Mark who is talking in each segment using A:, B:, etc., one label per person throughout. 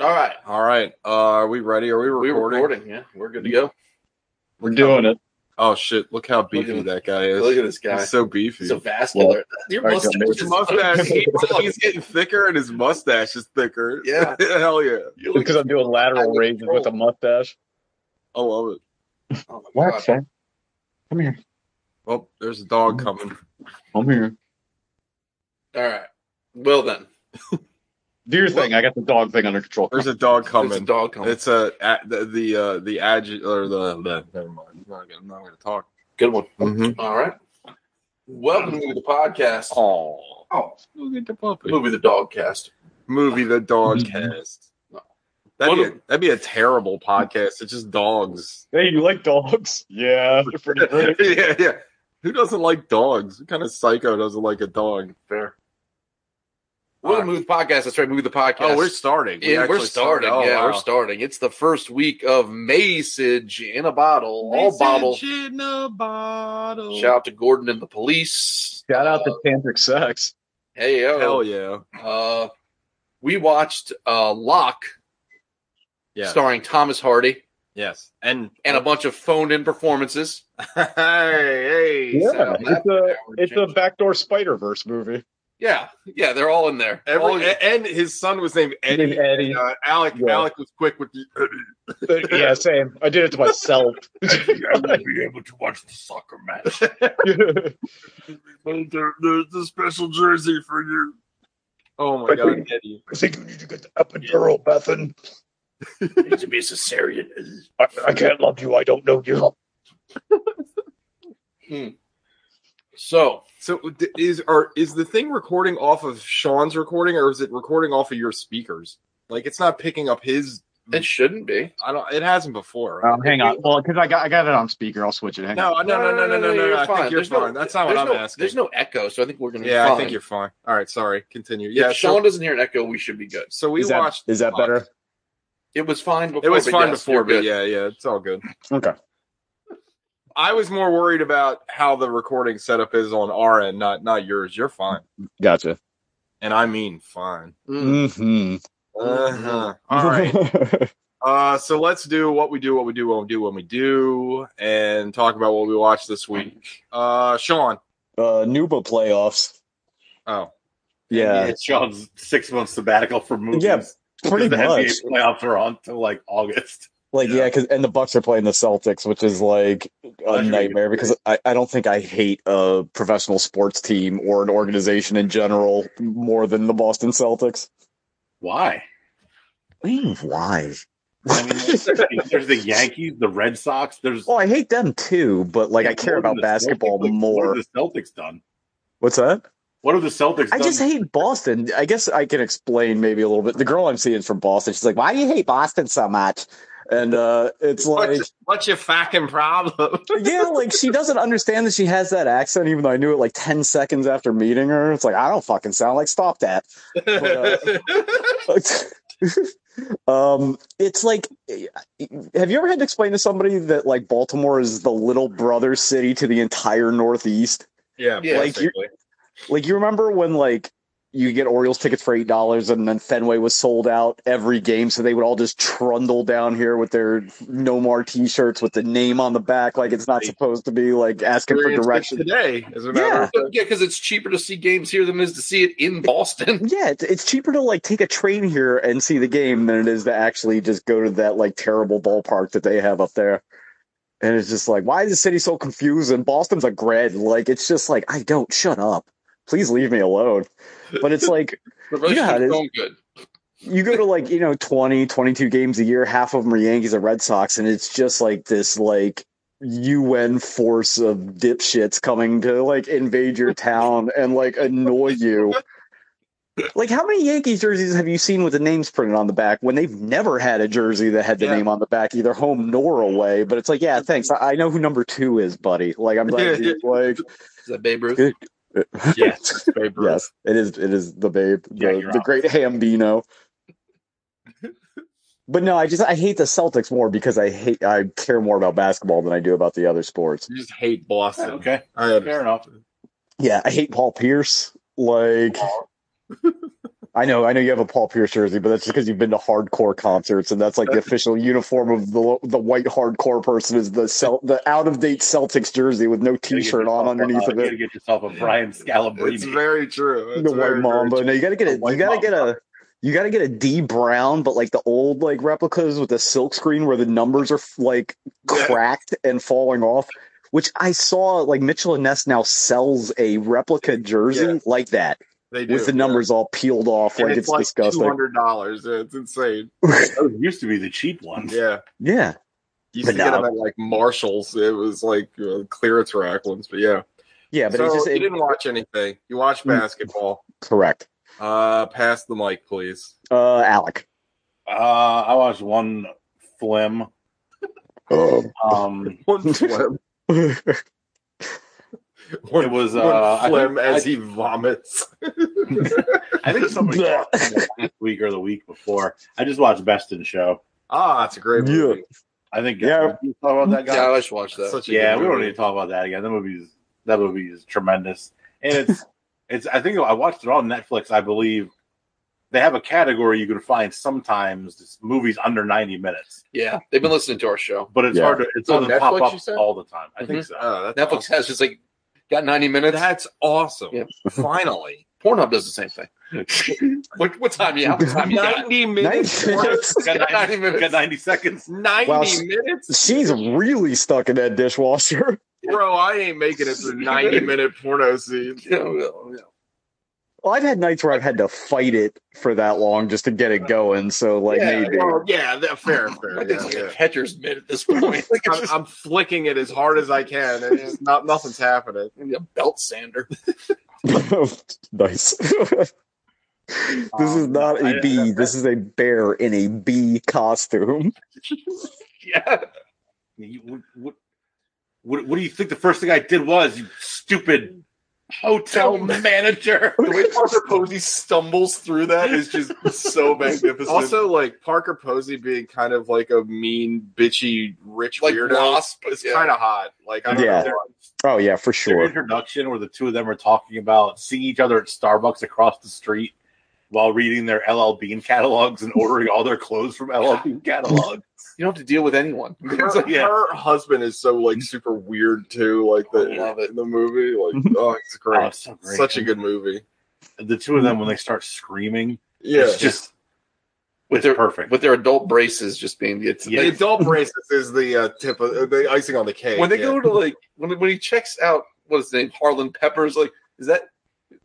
A: All right.
B: All right. Uh, are we ready? Are we
A: We're
B: recording?
A: recording. Yeah, we're good to go.
C: We're doing it.
B: Oh shit! Look how beefy
A: him.
B: that guy is.
A: Look at this guy.
B: He's
A: He's
B: so beefy.
A: so vascular. Your
C: I got
A: mustache is
C: this.
B: his mustache. he-
A: Look,
B: he's getting thicker, and his mustache is thicker.
A: Yeah.
B: Hell yeah.
A: you look-
C: Because I'm doing lateral raises with a mustache.
B: I love it.
A: oh my
C: What,
A: God.
C: son? Come here.
B: Oh, there's a
C: Mm.
B: dog coming.
C: Come here.
A: All right. Well then,
C: Do your thing. I got the dog thing under control.
B: There's a dog
A: there's a
B: coming.
A: dog coming.
B: It's a, a the the uh, the agi or the, the never mind. I'm not gonna, I'm not gonna talk.
A: good one.
B: Mm-hmm.
A: All right. Welcome to the podcast.
C: Oh.
A: Oh,
B: Look at the puppy.
A: movie the dog cast.
B: Movie the dog
C: Mhm.
B: cast.
A: No.
B: That'd be,
A: What
B: a, that'd be a terrible podcast. It's just dogs.
C: Hey, you like dogs? Yeah, they're pretty great.
B: yeah, yeah. Who doesn't like dogs? What kind of psycho doesn't like a dog?
A: Fair. Welcome to the podcast. That's right, movie the podcast.
B: Oh, we're starting.
A: Yeah, we're
B: actually
A: starting. yeah,
B: Oh,
A: we're starting. It's the first week of Massage in a bottle. All bottle.
B: In a bottle.
A: Shout out to Gordon and the police.
C: Shout out to Tantric Sex.
A: Hey, yo.
B: Hell yeah.
A: Uh, we watched uh, Locke,
B: Yes.
A: starring Thomas Hardy,
B: Yes. And
A: and a bunch of phoned-in performances.
B: hey, hey.
C: Yeah,
B: so
C: it's a it's a backdoor Spider Verse movie.
A: Yeah, yeah, they're all in there.
B: every- e-
A: All in-
B: a- and his son was named Eddie.
C: Eddie.
B: Uh, Alec.
C: Yeah.
B: Alec was quick with the.
C: yeah, same. I did it to myself.
B: be able to watch the soccer match.
C: Dude,
B: there's the special jersey for you. Oh my
C: But
B: god, Eddie!
C: I think you need to get the epidural, Bethan.
A: needs to be a cesarean.
C: I, I can't love you. I don't know you.
A: So
B: So d- is are is the thing recording off of Sean's recording, or is it recording off of your speakers? Like it's not picking up his.
A: it shouldn't be.
B: I don't. It hasn't before.
A: Oh,
C: Um, hang on. Well, because I got I got it on speaker. I'll switch it. Hang on.
B: No, no, no, no, no, no, no. no,
A: you're
B: I think you're
A: There's no-
B: fine. That's not what
A: there's
B: I'm
A: no-
B: asking.
A: There's no echo, so I think we're gonna. be
B: yeah,
A: fine.
B: I think you're fine. All right, sorry. Continue.
A: Yeah,
B: Yeah,
A: if Sean
B: so,
A: doesn't hear an echo, we should be good.
B: so we
C: is that,
B: watched.
C: Is that better?
A: It was fine before.
B: It was
A: but
B: fine
A: yes,
B: before,
A: you're
B: but
A: good.
B: yeah, yeah, it's all good.
C: Okay.
B: I was more worried about how the recording setup is on our end, not not yours. You're fine,
C: Gotcha.
B: and I mean fine.
A: Mm.
C: Mm-hmm.
B: Uh-huh. All right. Uh, so let's do what we do, what we do, what we do, what we do, and talk about what we watched this week. Uh, Sean.
C: uh, Nuba playoffs.
B: Oh,
C: Yeah,
D: it's Sean's six month sabbatical from movies.
C: Yeah, pretty
D: the
C: much.
D: NBA playoffs are on till like August.
C: Like, yeah, because and the Bucks are playing the Celtics, which is like a
D: Pleasure.
C: nightmare. Because I, I don't think I hate a professional sports team or an organization in general more than the Boston Celtics.
D: Why?
C: Why?
D: I mean, there's, there's the Yankees, the Red Sox. There's
C: Well, I hate them too, but like I care
D: More than
C: about
D: the
C: basketball
D: Celtics. Like,
C: more.
D: What have the Celtics done?
C: What's that?
D: What have the Celtics
C: I
D: done?
C: just hate Boston. I guess I can explain maybe a little bit. The girl I'm seeing is from Boston. She's like, "Why do you hate Boston so much?" And uh, it's like,
B: what's, what's your fucking problem?
C: yeah, like she doesn't understand that she has that accent, even though I knew it like 10 seconds after meeting her. It's like, I don't fucking sound like stop that. um, it's like, have you ever had to explain to somebody that like Baltimore is the little brother city to the entire Northeast?
B: yeah,
A: Yeah,
C: like,
B: basically.
C: Like, you remember when like you get Orioles tickets for $8 and then Fenway was sold out every game. So they would all just trundle down here with their Nomar t shirts with the name on the back. Like, it's not supposed to be like asking for
B: Experience it
C: directions.
B: today, as a matter of
A: yeah, because it's cheaper to see games here than it is to see it in Boston.
C: Yeah, it's, it's cheaper to like take a train here and see the game than it is to actually just go to that like terrible ballpark that they have up there. And it's just like, why is the city so confused? And Boston's a grid. Like, it's just like, I don't shut up. Please leave me alone. But it's like,
A: The
C: You know how it
A: relationship's
C: is.
A: going good.
C: you go to like, you know, 20, 22 games a year, half of them are Yankees or Red Sox. And it's just like this, like, UN force of dipshits coming to like invade your town and like annoy you. Like, how many Yankees jerseys have you seen with the names printed on the back when they've never had a jersey that had the
B: Yeah.
C: name on the back, either home nor away? But it's like, yeah, thanks. I, I know who number two is, buddy. Like, I'm glad you like,
A: Is that Babe Ruth?
C: Good.
B: Yes, Babe Ruth.
C: yes, it is. It is the babe, the,
D: Yeah, you're
C: the
D: up.
C: great Hambino. But no, I just I hate the Celtics more because I hate I care more about basketball than I do about the other sports.
B: You just hate Boston.
D: Okay,
B: I understand.
D: fair enough.
C: Yeah, I hate Paul Pierce. Like, I know, I know you have a Paul Pierce jersey, but that's just because you've been to hardcore concerts, and that's like the official uniform of the the white hardcore person is the Cel- the out of date Celtics jersey with no t
E: Gotta get
C: shirt on
E: yourself
C: underneath
E: a,
C: of
E: gotta
C: it.
E: Get yourself a Brian Scalabrine.
B: It's very true. It's
C: The
B: very, very
C: white mamba.
B: true.
C: No, you got to get
B: The
C: a you
B: white
C: got to get
B: mamba.
C: a you got to get a D Brown, but like the old like replicas with the silk screen where the numbers are like
B: Yeah.
C: cracked and falling off. Which I saw, like Mitchell and Ness now sells a replica jersey
B: Yeah.
C: like that
B: They do.
C: with the numbers all peeled off,
B: Yeah. And
C: like it's,
B: it's, like
C: disgusting.
B: hundred dollars. It's insane.
E: Those used to be the cheap ones.
B: Yeah.
C: Yeah,
B: You used
C: But
B: to get
C: no.
B: them at like Marshalls. It was like uh, clearance rack ones, but yeah.
C: yeah, but
B: so
C: it's just
B: you
C: it,
B: didn't watch anything. You watched
C: Mm.
B: basketball.
C: correct.
B: Uh, pass the mic, please.
C: Uh, Alec.
E: Uh, I watched one flim. Um,
B: One flim. One,
E: It was,
B: one
E: uh, I
B: flim
E: think-
B: as
E: I-
B: he vomits.
E: I think somebody
C: Blech.
E: talked about it last week or the week before. I just watched Best in Show.
B: Ah, it's a great
C: Yeah.
B: movie.
E: I think
C: Yeah.
E: you talk about that guy.
A: Yeah, I should watch
B: It's
A: that.
B: such a
E: Yeah,
B: good
E: we don't
B: movie.
E: need to talk about that again. That movie's that movie is tremendous, and it's it's. I think I watched it on Netflix. I believe they have a category you can find sometimes it's movies under ninety minutes,
A: Yeah, they've been listening to our show.
E: but it's
C: Yeah.
E: hard to it
A: It's on
E: doesn't pop
A: Netflix, you said? Mm-hmm.
E: up all the time. I think so.
B: Oh, that's
A: Netflix
B: awesome.
A: has just like got 90 minutes.
B: That's awesome.
A: Yeah.
B: Finally.
A: Pornhub does the same thing. what, what time? Yeah, what time you got?
B: 90 minutes.
C: Nice.
B: worth.
E: Got 90,
A: 90 minutes.
E: got 90 seconds.
B: 90
C: Wow, she-
B: minutes?
C: She's really stuck in that dishwasher.
B: Bro, I ain't making it through 90 minute porno scenes.
A: Yeah, well, yeah.
C: Well, I've had nights where I've had to fight it for that long just to get it going. So like
B: yeah,
C: maybe
B: well, yeah, that, fair,
A: I
B: fair.
A: think
B: Yeah,
A: it's like
B: yeah.
A: a catcher's mitt at this point. Like it's
B: I'm,
A: just
B: I'm flicking it as hard as I can, and it's not nothing's happening.
A: maybe a belt sander.
C: nice. this is
E: Um,
C: not
E: I-
C: a
E: I-
C: bee.
E: that-
C: this is a bear in a bee costume.
A: yeah.
E: You- What, what, what, what do you think the first thing I did was, you stupid hotel manager?
A: The way Parker Posey stumbles through that is just so magnificent.
B: Also, like Parker Posey being kind of like a mean, bitchy, rich
A: like
B: weirdo.
A: Wasp.
B: It's
A: yeah.
B: kind of hot. Like I don't
C: Yeah.
B: know.
C: Oh yeah, for
E: Their
C: sure.
E: introduction where the two of them are talking about seeing each other at Starbucks across the street while reading their LL Bean catalogs and ordering all their clothes from LL Bean catalogs.
A: you don't have to deal with anyone.
B: Her,
A: It's like,
E: Yeah.
B: her husband is so like super weird too. Like the
A: I love it.
B: in the movie, like oh, it's great.
E: Oh, it's so great.
B: Such a good movie.
E: The two of them when they start screaming,
B: Yeah.
E: it's just
A: with
E: it's
A: their
E: perfect.
A: with their adult braces just being it's
E: Yeah.
B: The
A: they-
B: adult braces is the uh, tip of the icing on the cake.
A: when they
B: yeah.
A: go to like when when he checks out what is his name Harlan Peppers like is that.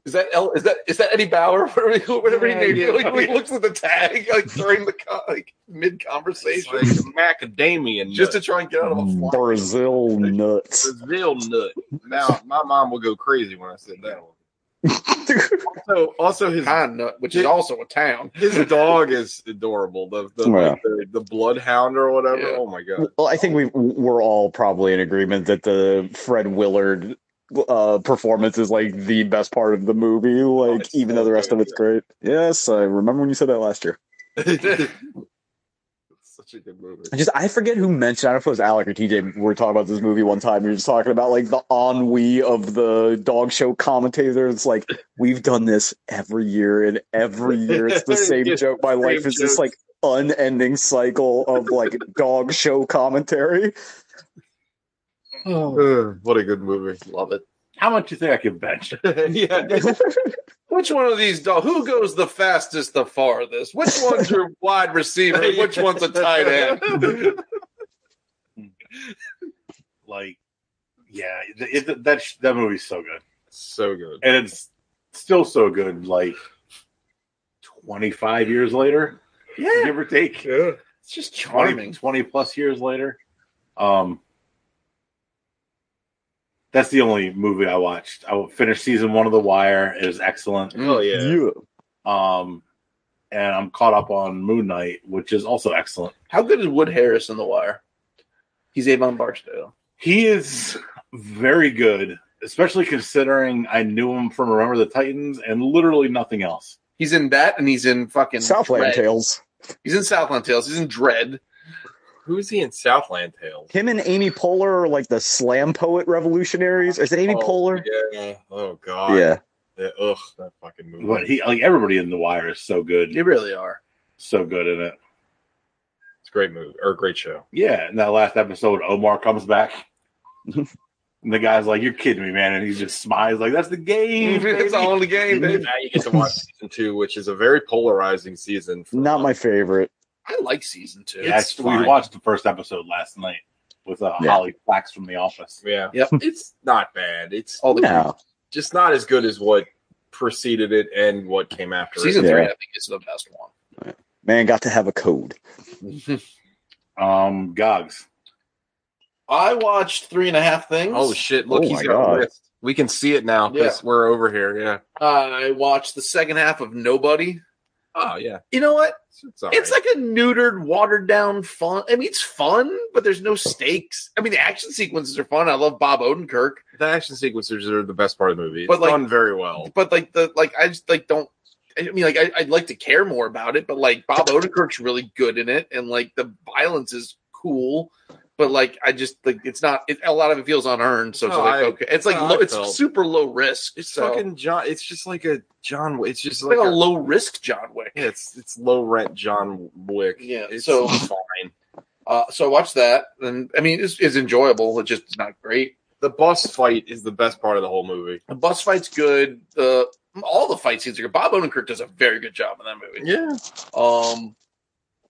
A: Is that L, is that is that Eddie Bauer? Whatever, whatever
E: Yeah,
A: he named
E: yeah.
A: it. Like, he looks at the tag like during the co- like mid
B: It's
A: conversation,
B: like macadamia nut.
A: just to try and get out of
E: Mm.
A: a fly.
C: Brazil nuts.
B: Brazil nut. Now my mom will go crazy when I said that one. Also, also his
A: Pine Nut, which is also a town.
B: his dog is adorable. The the, like, the, the bloodhound or whatever.
A: Yeah.
B: Oh my god.
C: Well, I think we we're all probably in agreement that the Fred Willard uh, performance is like the best part of the movie. Like,
B: Oh, it's
C: even
B: so
C: though the rest of
B: good,
C: it's great. Yes, I remember when you said that last year.
B: It's Such a good movie.
C: I just I forget who mentioned. I don't know if it was Alec or TJ. We were talking about this movie one time. We were just talking about like the ennui of the dog show commentators. It's like we've done this every year, and every year it's the same
B: It's
C: joke. My
B: the
C: life
B: same
C: is this
B: jokes.
C: like unending cycle of like dog show commentary.
B: Ugh, what a good movie. Love it.
E: How much do you think I can bench?
B: yeah.
A: Which one of these dogs? Who goes the fastest, the farthest? Which one's your wide receiver? and Which one's a tight end?
E: Like, yeah, it, it, that sh- that movie's so good,
B: So good.
E: and it's still so good. Like twenty five years later,
A: Yeah,
E: give or take.
B: Yeah.
A: it's just
E: 20,
A: charming.
E: 20 plus years later. Um, that's the only movie I watched. I finished season one of The Wire. It was excellent.
B: Oh yeah.
C: Yeah.
E: Um, and I'm caught up on Moon Knight, which is also excellent.
A: How good is Wood Harris in The Wire? He's Avon Barksdale.
E: He is very good, especially considering I knew him from Remember the Titans and literally nothing else.
A: He's in that, and he's in fucking
C: Southland
A: Dread.
C: Tales.
A: He's in Southland Tales. He's in Dread.
B: Who is he in Southland Tales?
C: Him and Amy Poehler are like the slam poet revolutionaries. Is it Amy
B: Oh,
C: Poehler?
B: Yeah. Oh god.
C: Yeah.
B: Yeah, ugh, that fucking movie.
E: But he, like everybody in The Wire, is so good,
A: They really are.
E: so good in it.
B: It's a great movie or a great show.
E: Yeah, in that last episode, Omar comes back. And the guy's like, "You're kidding me, man!" And he just smiles like, "That's the game."
D: it's
E: baby."
D: all in the game, baby.
B: Now you get to watch season two, which is a very polarizing season. for-
C: Not my favorite.
A: I like season two.
E: Yeah,
B: It's
E: actually, we
B: fine.
E: watched the first episode last night with uh,
C: Yeah.
E: Holly Flax from The Office.
B: Yeah,
A: Yep.
B: it's not bad. It's
A: All the
C: No,
B: just not as good as what preceded it and what came after it.
A: season
C: Yeah.
A: three, I think, is the best one.
C: man got to have a code.
E: Um, Gogs.
A: I watched three and a half things.
B: Oh shit! Look,
C: Oh
B: he's
C: my
B: got a
C: God.
B: list. We can see it now because we're over here. Yeah.
A: I watched the second half of Nobody.
B: Oh yeah.
A: You know what?
B: It's, it's all
A: It's
B: right.
A: like a neutered, watered down fun. I mean, it's fun, but there's no stakes. I mean, the action sequences are fun. I love Bob Odenkirk,
B: the action sequences are the best part of the movie. It's
A: But, like-
B: done very well.
A: but like the like, I just like don't. I mean, like I, I'd like to care more about it, but like Bob Odenkirk's really good in it, and like the violence is cool, but like I just like it's not. It, a lot of it feels unearned, so it's
B: No,
A: like
B: I-
A: okay, it's like
B: no,
A: low,
B: I
A: it's
B: felt-
A: super low risk.
B: It's
A: so
B: fucking John. It's just like a John. Wick- It's just
A: it's like,
B: like,
A: a,
B: a,
A: low risk John Wick.
B: yeah, it's it's low rent John Wick.
A: Yeah,
B: It's
A: so-
B: fine.
A: Uh, so I watched that, and I mean, it's, it's enjoyable. It's just not great.
B: The boss fight is the best part of the whole movie.
A: The bus fight's good. The all the fight scenes are good. Bob Odenkirk does a very good job in that movie.
B: Yeah.
A: Um,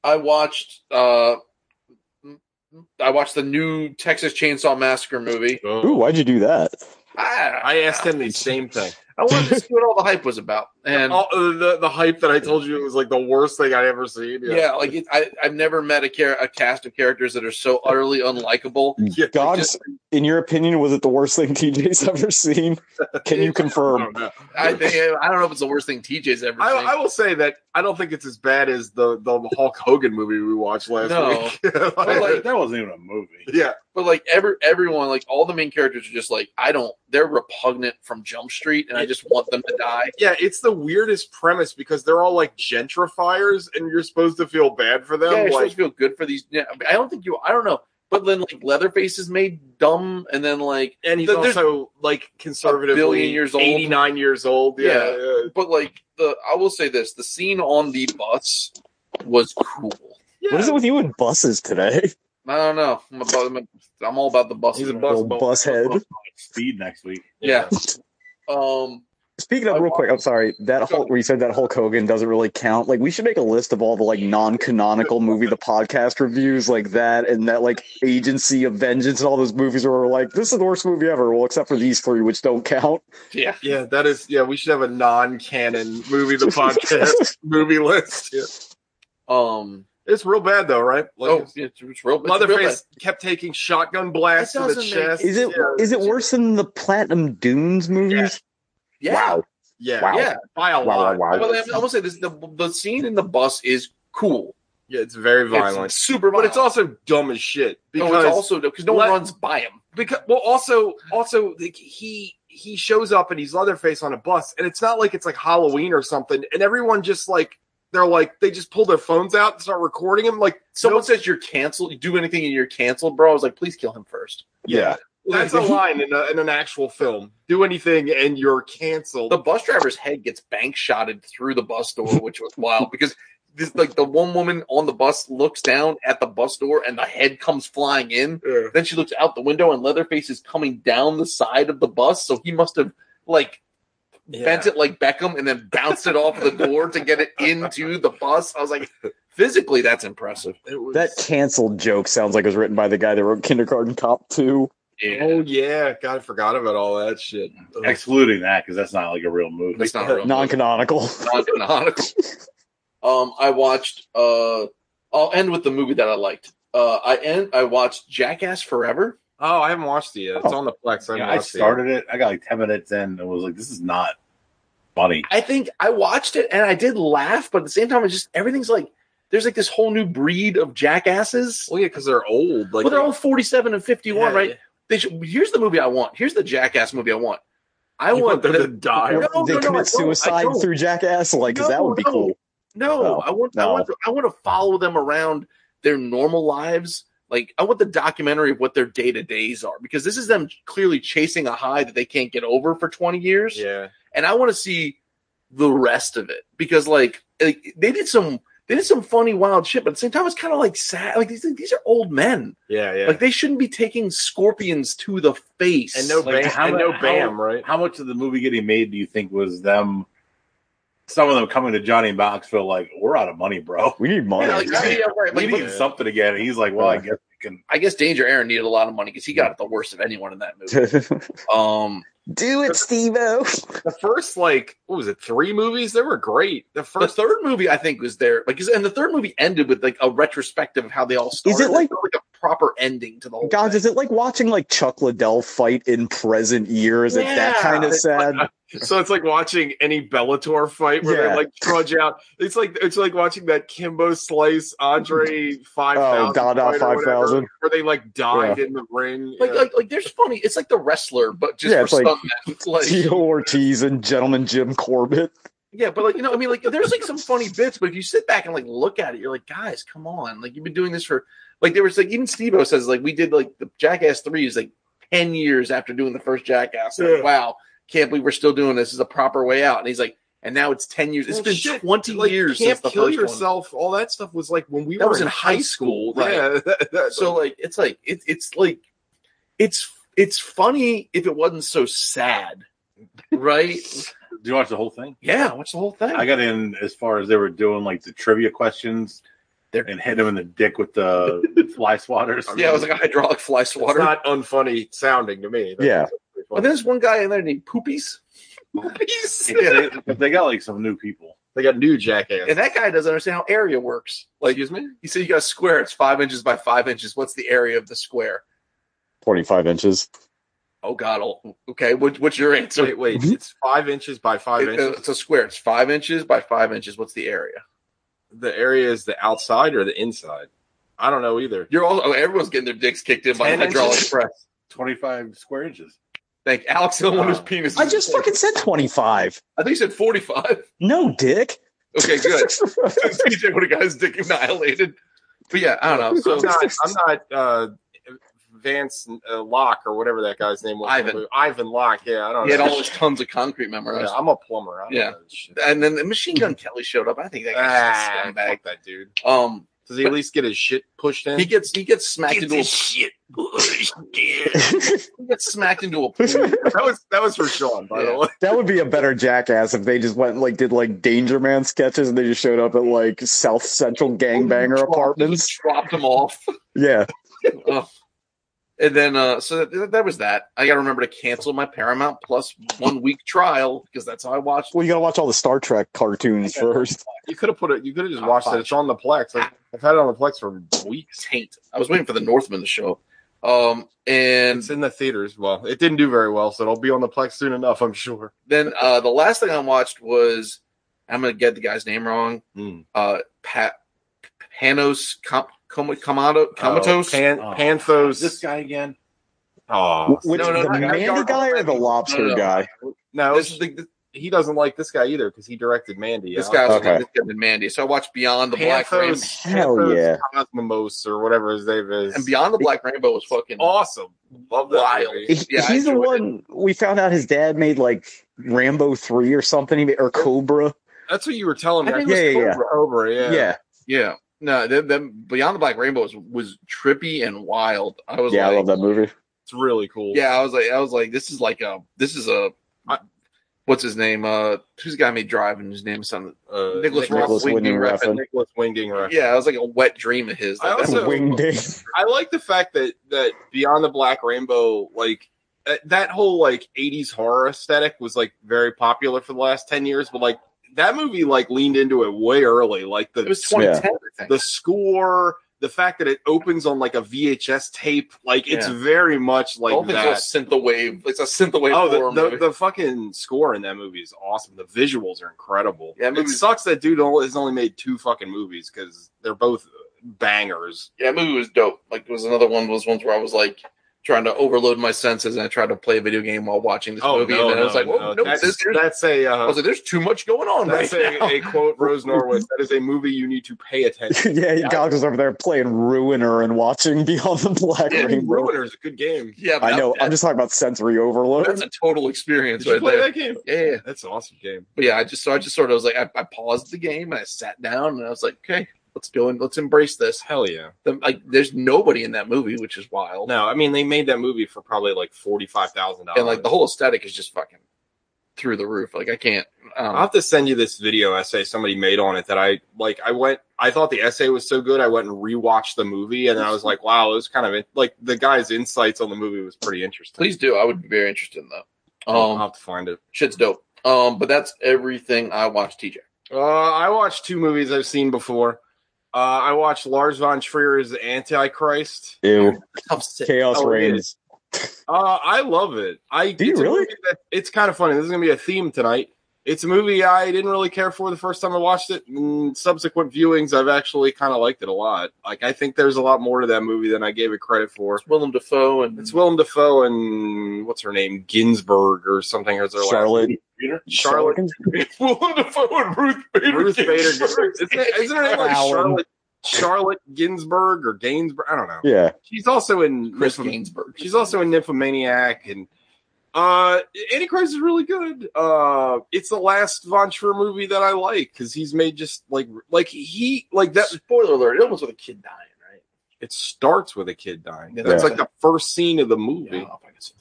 A: I watched uh, I watched the new Texas Chainsaw Massacre movie.
B: Oh,
C: Ooh, why'd you do that?
A: I,
B: I asked him the same thing.
A: I wanted to see what all the hype was about, and
B: All, the the hype that I told you it was like the worst thing I'd ever seen.
A: yeah, like it, I I've never met a care a cast of characters that are so utterly unlikable.
B: Yeah,
C: Gogs,
A: just-
C: in your opinion, was it the worst thing TJ's ever seen? Can you
B: I
C: confirm?
B: don't know.
A: I think I don't know if it's the worst thing TJ's ever
B: I,
A: seen.
B: I will say that I don't think it's as bad as the the Hulk Hogan movie we watched last
A: No.
B: week.
A: But, like,
E: that wasn't even a movie.
B: yeah,
A: But like every everyone, like all the main characters are just like I don't. They're repugnant from Jump Street, and I just want them to die.
B: yeah, it's the weirdest premise because they're all like gentrifiers, and you're supposed to feel bad for them.
A: yeah, you're supposed
B: like,
A: to feel good for these. Yeah, I don't think you. I don't know. But then like Leatherface is made dumb, and then like
B: and he's
A: Th- there's-
B: also like conservatively
A: A billion years old.
B: eighty nine years old. Yeah,
A: Yeah. but like the I will say this: the scene on the bus was cool.
B: yeah.
C: What is it with you and buses today?
A: I don't know. I'm, about, I'm, I'm all about the bus.
B: He's a bus
C: Little bus head.
E: Speed next week.
A: Yeah. Um.
C: Speaking of
A: I
C: real
A: wa-
C: quick, I'm sorry. That
A: Go.
C: Hulk, where you said that Hulk Hogan doesn't really count. Like, we should make a list of all the like non-canonical movie, the podcast reviews, like that, and that like Agency of Vengeance, and all those movies where we're like, this is the worst movie ever. Well, except for these three, which don't count.
A: Yeah.
B: Yeah, that is. Yeah, we should have a non-canon movie the podcast movie list. Yeah.
A: Um.
B: It's real bad though, right? Like,
A: oh, it's, it's real. it's real bad.
B: Leatherface kept taking shotgun blasts
A: It
B: to the
A: doesn't make-
B: chest.
C: Is it is
B: Yeah,
C: it worse than the Platinum Dunes movies?
A: Yeah.
C: Wow.
B: Yeah,
C: Wow.
A: Yeah.
B: by a
C: Wow,
B: lot.
C: wow, wow.
A: But I'm, I'm gonna say this: the the scene in the bus is cool,
B: Yeah, it's very
A: It's
B: violent,
A: super
B: but
A: violent.
B: it's also dumb as shit
A: No,
B: because
A: it's also because no
B: Let-
A: one runs by him.
B: because well also also like he he shows up and he's Leatherface on a bus and it's not like it's like Halloween or something and everyone just like they're like they just pull their phones out and start recording him like
A: Someone
B: no-
A: says you're canceled. You do anything and you're canceled, bro. I was like, please kill him first.
B: yeah that's a line in, a, in an actual film do anything and you're canceled
A: The bus driver's head gets bank shotted through the bus door, which was wild because this like the one woman on the bus looks down at the bus door and the head comes flying in.
B: Yeah.
A: Then she looks out the window and Leatherface is coming down the side of the bus, so he must have like bent it like Beckham and then bounced it off the door to get it into the bus. I was like, physically, that's impressive.
B: It was-
C: That canceled joke sounds like it was written by the guy that wrote Kindergarten Cop 2.
A: Yeah,
B: oh yeah god I forgot about all that shit Ugh.
E: Excluding that because that's not like a real movie.
A: that's not a real.
C: Non-canonical.
A: non-canonical. um, I watched. Uh, I'll end with the movie that I liked. Uh, I end. I watched Jackass Forever.
B: oh I haven't watched it yet it's
C: Oh.
B: on the Plex I, haven't
E: Yeah, I
B: watched it yet.
E: started it. I got like ten minutes in and was like, "This is not funny."
A: I think I watched it and I did laugh, but at the same time, it's just everything's like there's like this whole new breed of jackasses.
B: well yeah because they're old like
A: well, they're all 47 and 51,
B: Yeah.
A: right? They should, here's the movie I want. Here's the Jackass movie I want. I
B: You want
A: want,
B: them
A: the-
B: to die.
A: No,
C: They
A: no, no, I
C: commit
A: don't. I
C: suicide
A: don't.
C: through jackass. Like, 'cause that
A: No,
C: would be
A: no.
C: cool.
A: No,
C: No,
A: I want I
C: no.
A: want to, I want to follow them around their normal lives. Like I want the documentary of what their day to days are because this is them clearly chasing a high that they can't get over for twenty years,
B: yeah
A: and I want to see the rest of it because like, like, they did some they did some funny wild shit, but at the same time it's kind of like sad. Like these these are old men.
B: Yeah, yeah.
A: Like they shouldn't be taking scorpions to the face.
B: and no
E: like,
B: bam,
E: how-
B: and no
E: how-
B: bam, right?
E: How much of the movie getting made do you think was them? Some of them coming to Johnny Knoxville like, "We're out of money, bro.
C: We need money.
A: Yeah, like, yeah, right.
E: We
A: Like,
E: need
A: but-
E: something again." And he's like, "Well, I guess we can."
A: I guess Danger Aaron needed a lot of money because he got it the worst of anyone in that movie. Um,
C: Do it, Steve O.
B: The first like what was it? Three movies? They were great. The
A: the
B: first
A: third movie I think was there, like, 'cause- and the third movie ended with like a retrospective of how they all started.
C: it like-
A: There's not, like a proper ending to the whole?
C: God,
A: thing.
C: is it like watching like Chuck Liddell fight in present years? It's that
A: Yeah.
C: kind of sad.
B: so it's like watching any Bellator fight where
C: Yeah.
B: they like trudge out. It's like it's like watching that Kimbo Slice Andre five thousand
C: Dada 5000.
B: where they like died in the ring.
A: Like,
B: Yeah.
A: like, like, there's funny. It's like the wrestler, but just
C: Yeah,
A: for
C: it's like-
A: stuntmen. Like,
C: Tito Ortiz and Gentleman Jim Corbett.
A: yeah, but like, you know, I mean, like, there's like some funny bits, but if you sit back and like look at it, you're like, guys, come on, like, you've been doing this for, like, there was like even Steve O says like we did like the Jackass three is like ten years after doing the first Jackass. Like,
B: Yeah.
A: Wow, can't believe we're still doing this. This is a proper way out. And he's like, and now it's ten years. It's
B: Well,
A: been
B: shit,
A: twenty
B: like,
A: years
B: Can't
A: since the
B: kill
A: first one.
B: yourself. All that stuff was like when we
A: That
B: were
A: was
B: in high
A: school,
B: school.
A: right?
B: Yeah, that's-
A: So like it's like it, it's like it's it's funny if it wasn't so sad, right?
E: Did you watch the whole thing?
A: yeah, watch the whole thing.
E: I got in as far as they were doing like the trivia questions
A: They're-
E: and hitting him in the dick with the fly swatters.
A: yeah, it was like a hydraulic fly
B: it's
A: swatter.
B: not unfunny sounding to me. That's-
C: Yeah.
B: that's
A: but
B: funny.
A: there's one guy in there named Poopies. Poopies.
E: they, but they got like some new people.
B: they got new jackass.
A: And that guy doesn't understand how area works. Like
B: Excuse me.
A: he said, you got a square. It's five inches by five inches. What's the area of the square?
C: 25 inches.
A: Oh God. Oh, okay. What, what's your answer?
B: Wait, wait. It's five inches by five
A: Mhm. It- uh,
B: inches.
A: it's a square. It's five inches by five inches. What's the area?
B: The area is the outside or the inside. I don't know either.
A: You're all. Oh, everyone's getting their dicks kicked in by
B: Ten
A: hydraulic
B: inches.
A: press.
E: Twenty-five square inches.
A: Thank Alex the one whose penis.
C: Uh, I
A: is-
C: just fucking said 25.
A: I think you said forty-five.
C: No, dick.
A: Okay, good. CJ, what a guy's dick annihilated. But yeah, I don't know.
B: I'm
A: So
B: not. I'm not uh, Vance uh, Locke or whatever that guy's name was.
A: Ivan.
B: Ivan Locke. Yeah, I don't
A: he had
B: know.
A: all his tons of concrete
B: Yeah,
A: memorized.
B: I'm a plumber. I don't
A: Yeah.
B: know this shit.
A: And then the Machine Gun Kelly showed up. I think that
B: Ah,
A: guy's a scumbag.
B: fuck that dude.
A: Um,
B: Does he at least get his shit pushed in?
A: he gets he gets smacked into a
F: shit.
A: he gets smacked into a pool.
B: that was that was for Sean, by
A: Yeah.
B: the way.
C: that would be a better jackass if they just went like did like Danger Man sketches and they just showed up at like South Central Gangbanger apartments.
A: Just dropped him off.
C: Yeah.
A: Ugh. And then, uh, so that, that was that. I got to remember to cancel my Paramount Plus one week trial because that's how I watched.
C: Well, you gotta watch all the Star Trek cartoons first.
B: You could have put it. You could have just watched it. It's on the Plex. I, I've had it on the Plex for weeks.
A: Taint. I was waiting for the Northman to show up. Um, and
B: It's in the theaters. Well, it didn't do very well, so it'll be on the Plex soon enough, I'm sure.
A: then uh, the last thing I watched was I'm gonna get the guy's name wrong.
B: Mm.
A: Uh, Pat Panos Com- Com- Komodo- Comatose.
B: Oh, Pan,
E: Oh.
B: Panthos.
E: This guy again.
B: Oh
C: Which
A: No, no,
C: the
A: not-
C: Mandy
A: not-
C: guy or the Lobster
A: no, no.
C: guy?
B: no,
A: this is the, this,
B: he doesn't like this guy either because he directed Mandy. uh,
A: this
B: I-
A: guy was
C: Okay.
A: this guy did Mandy. So I watched Beyond the Black Rainbow,
B: Panthos.
C: Hell
B: Panthos
C: yeah.
B: Cosmos or whatever his name is.
A: and Beyond the Black Rainbow was fucking
B: awesome. Love that
A: Wild.
B: movie.
C: He-
A: Yeah, I
C: he's the
A: enjoyed
C: one we found out his dad made like Rambo three or something, he made, or Cobra.
B: That's what you were telling me.
A: I
B: I
A: think
B: think
C: it was
B: it
C: Yeah, yeah,
B: was Cobra. Yeah.
C: Yeah. Yeah,
A: Yeah, no, the, the Beyond the Black Rainbow was, was trippy and wild. I was
C: I
A: like,
C: love that movie.
B: It's really cool.
A: yeah, I was like, I was like, this is like a, this is a,
B: I-
A: what's his name? Uh, who's the guy made driving? His name is something.
B: Uh,
A: Nicholas
C: Nicholas
A: Ross
C: Winding
A: Winging Refn.
C: Refn.
B: Nicholas Winging reference.
A: Yeah, it was like a wet dream of his.
B: I
A: Like,
B: also-
A: that's-
C: Winged Day.
B: I like the fact that that Beyond the Black Rainbow, like uh, that whole like '80s horror aesthetic, was like very popular for the last ten years. But like that movie, like leaned into it way early. Like the
A: it was 2010. I think.
B: the score, the fact that it opens on like a VHS tape, like it's very much like
A: Dolphins
B: that.
A: are synthwave. It's a synthwave
B: Oh,
A: horror
B: the,
A: movie.
B: the, the fucking score in that movie is awesome. The visuals are incredible.
A: Yeah, that
B: it
A: movie's-
B: sucks that dude only- has only made two fucking movies because they're both bangers.
A: yeah, that movie was dope. Like, it was another one of those ones where I was like, trying to overload my senses, and I tried to play a video game while watching
B: Oh,
A: this movie, and then I was like, "Whoa, no,
B: that's,
A: this, there's,
B: that's a
A: I
B: uh,
A: was like, there's too much going on right
B: that's a,
A: now."
B: a quote Rose Norwood. That is a movie you need to pay attention.
C: yeah, Goggles over there playing Ruiner and watching Beyond the Black
A: Yeah,
C: Rainbow.
B: Ruiner is a good game.
A: yeah, but
C: I know.
A: that-
C: I'm just talking about sensory overload.
A: that's a total experience
B: Did you
A: right
B: play
A: there.
B: that game?
A: Yeah, yeah.
B: That's an awesome game.
A: But yeah, I just so I just sort of was like, I, I paused the game and I sat down and I was like, okay, let's go and let's embrace this.
B: Hell yeah.
A: The, like, there's nobody in that movie, which is wild.
B: No, I mean they made that movie for probably like forty five thousand dollars.
A: and like the whole aesthetic is just fucking through the roof. Like I can't. Um,
B: I'll have to send you this video essay somebody made on it that I like. I went, I thought the essay was so good, I went and rewatched the movie, and I was like, wow, it was kind of like the guy's insights on the movie was pretty interesting.
A: please do. I would be very interested in that.
B: I'll
A: Um,
B: have to find it.
A: shit's dope. Um, but that's everything I watched. TJ.
B: Uh, I watched two movies I've seen before. Uh, I watched Lars von Trier's Antichrist.
C: Ew.
A: I'm sick.
C: Chaos
B: Oh, it
C: reigns.
B: Uh, I love it. I
C: Do you
B: it's a
C: really?
B: movie that- it's kind of funny. This is gonna be a theme tonight. It's a movie I didn't really care for the first time I watched it. In subsequent viewings, I've actually kind of liked it a lot. Like I think there's a lot more to that movie than I gave it credit for.
A: It's Willem Dafoe and
B: It's Willem Dafoe and what's her name, Ginsburg or something. Or
C: Charlotte.
B: Charlotte.
A: Willem Dafoe and Ruth Bader.
B: Ruth Bader.
A: Ginsburg.
B: Ginsburg. Isn't, it- isn't her name like
C: Alan.
B: Charlotte? Charlotte Ginsburg or Gainsburg? I don't know.
C: Yeah.
B: She's also in
A: Chris
B: Nymphom-
A: Gainsbourg.
B: She's also a nymphomaniac, and uh, Antichrist is really good. Uh, it's the last Von Trier movie that I like because he's made just like like he like that.
A: Spoiler alert! It almost with a kid dying, right?
B: It starts with a kid dying.
A: Yeah.
B: That's like the first scene of the movie.
A: Yeah, I don't know if I can see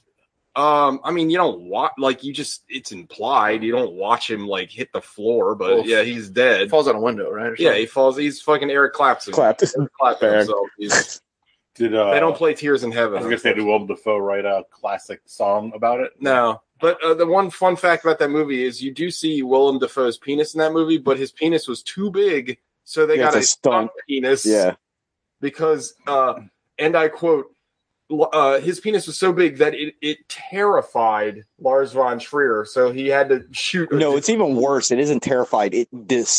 B: Um, I mean, you don't watch like you just it's implied. You don't watch him like hit the floor, but
A: Oof.
B: yeah, he's
A: it. It
B: dead.
A: falls out a window, right? or
B: Yeah,
A: something?
B: he falls. He's fucking Eric Clapton.
C: Clapped.
B: Clapton
C: Fair.
B: himself. He's-
E: Did uh,
B: they don't play Tears in
E: I
B: Heaven.
E: was gonna say, did Willem Dafoe write a classic song about it?
B: No, but uh, the one fun fact about that movie is you do see Willem Dafoe's penis in that movie, but his penis was too big, so they
C: Yeah,
B: got a
C: it's a
B: stunt
C: stunt.
B: penis.
C: Yeah.
B: because uh, and I quote, l- uh, his penis was so big that it, it terrified Lars von Trier, so he had to shoot. a-
C: No, it's even worse. It isn't terrified. It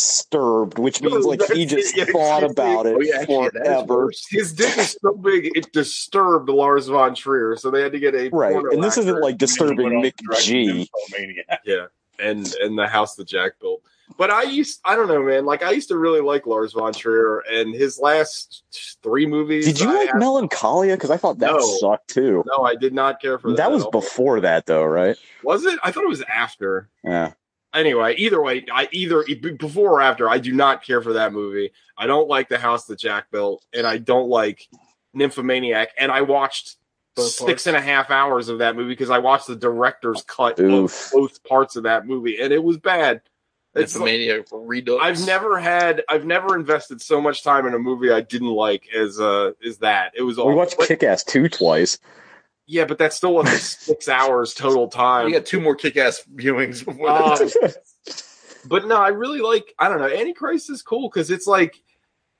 C: disturbed, which
B: No,
C: means like he
B: that's
C: just
B: it. Yeah,
C: thought
B: exactly.
C: about it
A: Oh, yeah, actually, that is
C: forever.
A: worse.
B: his dick is so big it disturbed Lars von Trier, so they had to get a
C: Right.
B: porno
C: And this isn't
B: actor.
C: like disturbing
E: Went on to
C: Mick
E: direct
C: G.
E: Nymphomaniac.
B: Yeah, and and the house that Jack built. But I used, I don't know, man. Like I used to really like Lars von Trier, and his last three movies.
C: Did you
B: I
C: like
B: have-
C: Melancholia? Because I thought that
B: No.
C: sucked too.
B: No, I did not care for that.
C: That
B: at
C: was
B: all.
C: before that, though, right?
B: Was it? I thought it was after.
C: Yeah.
B: Anyway, either way, I either e- before or after, I do not care for that movie. I don't like the house that Jack built, and I don't like Nymphomaniac. And I watched
A: Both
B: six
A: parts.
B: and a half hours of that movie because I watched the director's cut
C: Oof.
B: of both parts of that movie, and it was bad.
A: It's
B: It's
A: a
B: like-
A: mania redux.
B: I've never had I've never invested so much time in a movie I didn't like as uh as that. It was all
C: We watched Kick Ass 2 twice.
B: yeah, but that's still wasn't six hours total time.
A: We got two more kick-ass viewings before
B: Um,
A: that.
B: but no, I really like I don't know, Antichrist is cool because it's like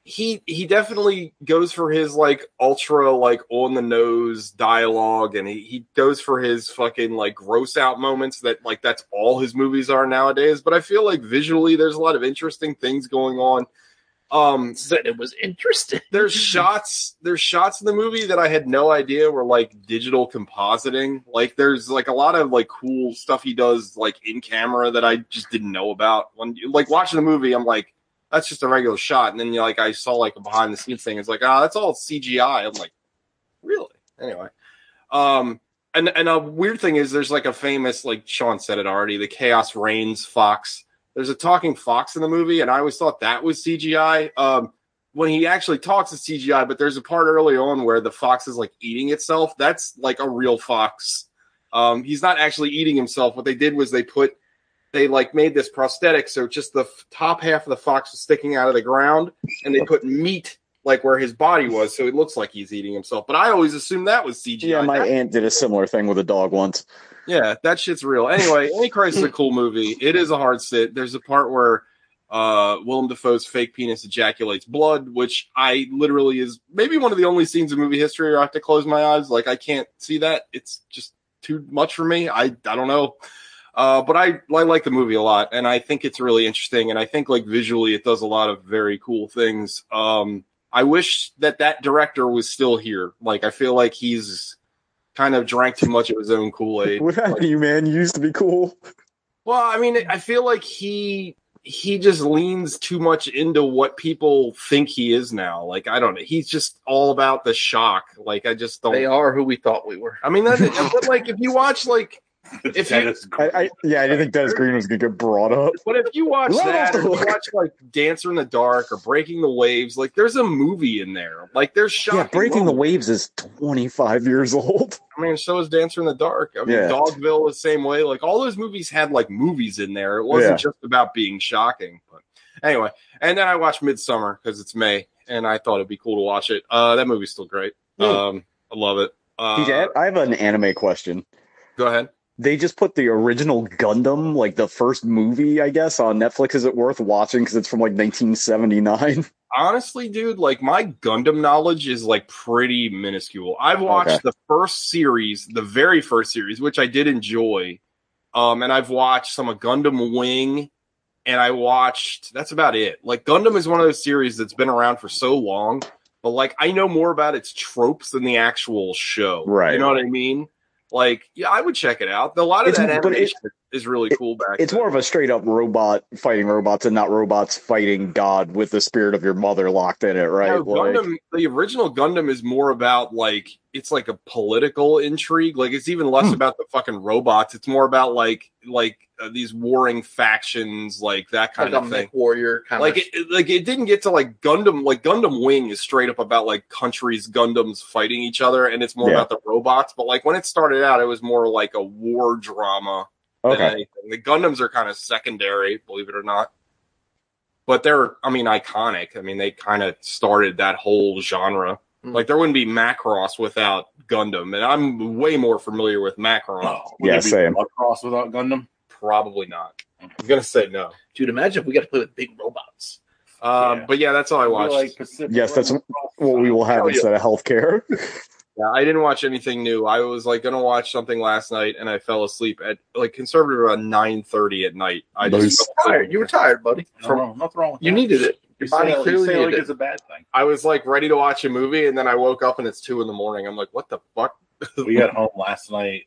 B: he he definitely goes for his like ultra like on the nose dialogue and he, he goes for his fucking like gross out moments that like that's all his movies are nowadays. But I feel like visually there's a lot of interesting things going on. Um
A: Said it was interesting.
B: there's shots there's shots in the movie that I had no idea were like digital compositing. Like there's like a lot of like cool stuff he does like in camera that I just didn't know about. When like watching the movie, I'm like, that's just a regular shot, and then you know, like I saw like a behind the scenes thing. It's like, ah, that's all CGI. I'm like, really? Anyway, um, and and a weird thing is there's like a famous like Sean said it already. The chaos reigns fox. There's a talking fox in the movie, and I always thought that was CGI. Um, when he actually talks is CGI, but there's a part early on where the fox is like eating itself. That's like a real fox. Um, he's not actually eating himself. What they did was they put they like made this prosthetic so just the f- top half of the fox was sticking out of the ground, and they put meat like where his body was, so it looks like he's eating himself. But I always assumed that was CGI.
C: Yeah, my
B: That-
C: aunt did a similar thing with a dog once.
B: yeah, that shit's real. Anyway, Antichrist is a cool movie. It is a hard sit. There's a part where uh Willem Dafoe's fake penis ejaculates blood, which I literally is maybe one of the only scenes in movie history where I have to close my eyes. Like I can't see that. It's just too much for me. I I don't know. Uh, but I, I like the movie a lot and I think it's really interesting. And I think like visually it does a lot of very cool things. Um, I wish that that director was still here. Like, I feel like he's kind of drank too much of his own Kool Aid.
C: What happened to you, man? You used to be cool.
B: Well, I mean, I feel like he he just leans too much into what people think he is now. Like I don't know, he's just all about the shock. Like I just
A: They
B: don't.
A: are who we thought we were.
B: I mean, that's it. but like if you watch like If you-
E: Dennis
C: I, I, yeah, I didn't think Dennis Green was gonna get brought up.
B: But if you watch
C: Right
B: that,
C: off
B: or
C: the
B: you
C: hook.
B: watch like Dancer in the Dark or Breaking the Waves, like there's a movie in there. Like there's shocking.
C: Yeah, breaking the
B: moments.
C: waves is 25 years old.
B: I mean, so is Dancer in the Dark. I mean,
C: Yeah.
B: Dogville the same way. Like all those movies had like movies in there. It wasn't
C: Yeah.
B: just about being shocking. But anyway, and then I watched Midsummer because it's May, and I thought it'd be cool to watch it. Uh, that movie's still great.
C: Hmm.
B: Um, I love it. Uh,
C: DJ, I have an anime question.
B: Go ahead.
C: They just put the original Gundam, like the first movie, I guess, on Netflix. Is it worth watching because it's from like 1979?
B: honestly, dude, like my Gundam knowledge is like pretty minuscule. I've watched
C: Okay.
B: the first series, the very first series, which I did enjoy. Um, and I've watched some of Gundam Wing, and I watched that's about it. Like Gundam is one of those series that's been around for so long, but like I know more about its tropes than the actual show.
C: Right.
B: You know what I mean? Like, yeah, I would check it out. A lot of
C: It's-
B: that
C: but it-
B: animation is really
C: it-
B: cool back.
C: It's
B: then.
C: more of a straight up robot fighting robots and not robots fighting God with the spirit of your mother locked in it, right?
B: No,
C: Like-
B: Gundam, the original Gundam is more about like it's like a political intrigue. Like it's even less
C: Hmm.
B: about the fucking robots. It's more about like like uh, these warring factions, like that kind
A: Like a
B: of thing.
A: Mick Warrior kind
B: Like
A: of
B: it, it- like it didn't get to like Gundam. Like Gundam Wing is straight up about like countries Gundams fighting each other, and it's more
C: Yeah.
B: about the robots. But like when it started out, it was more like a war drama than
C: okay.
B: anything. The Gundams are kind of secondary, believe it or not. But they're, I mean, iconic. I mean, they kind of started that whole genre.
A: Mm.
B: Like there wouldn't be Macross without Gundam, and I'm way more familiar with Macross.
E: Oh,
C: Yeah,
E: would there
C: same.
E: be Cross without Gundam.
B: Probably not. I'm gonna say no.
A: dude. Imagine if we got to play with big robots.
B: Um,
E: Yeah.
B: But yeah, that's all I watched.
E: Like Pacific
C: Yes, that's
E: Rim
C: What we will have
B: Hell yeah.
C: instead of healthcare.
B: Yeah, I didn't watch anything new. I was like gonna watch something last night, and I fell asleep at like conservative around nine thirty at night. I
C: Nice.
B: just fell asleep.
A: Tired. You were tired, buddy.
E: Nothing
A: From
E: wrong- nothing wrong with
A: you
E: that.
A: needed it.
E: You
A: Your
E: say,
A: body
E: that- you
A: clearly
E: say like
A: needed
E: it's a bad thing.
B: I was like ready to watch a movie, and then I woke up and it's two in the morning. I'm like, what the fuck?
E: we got home last night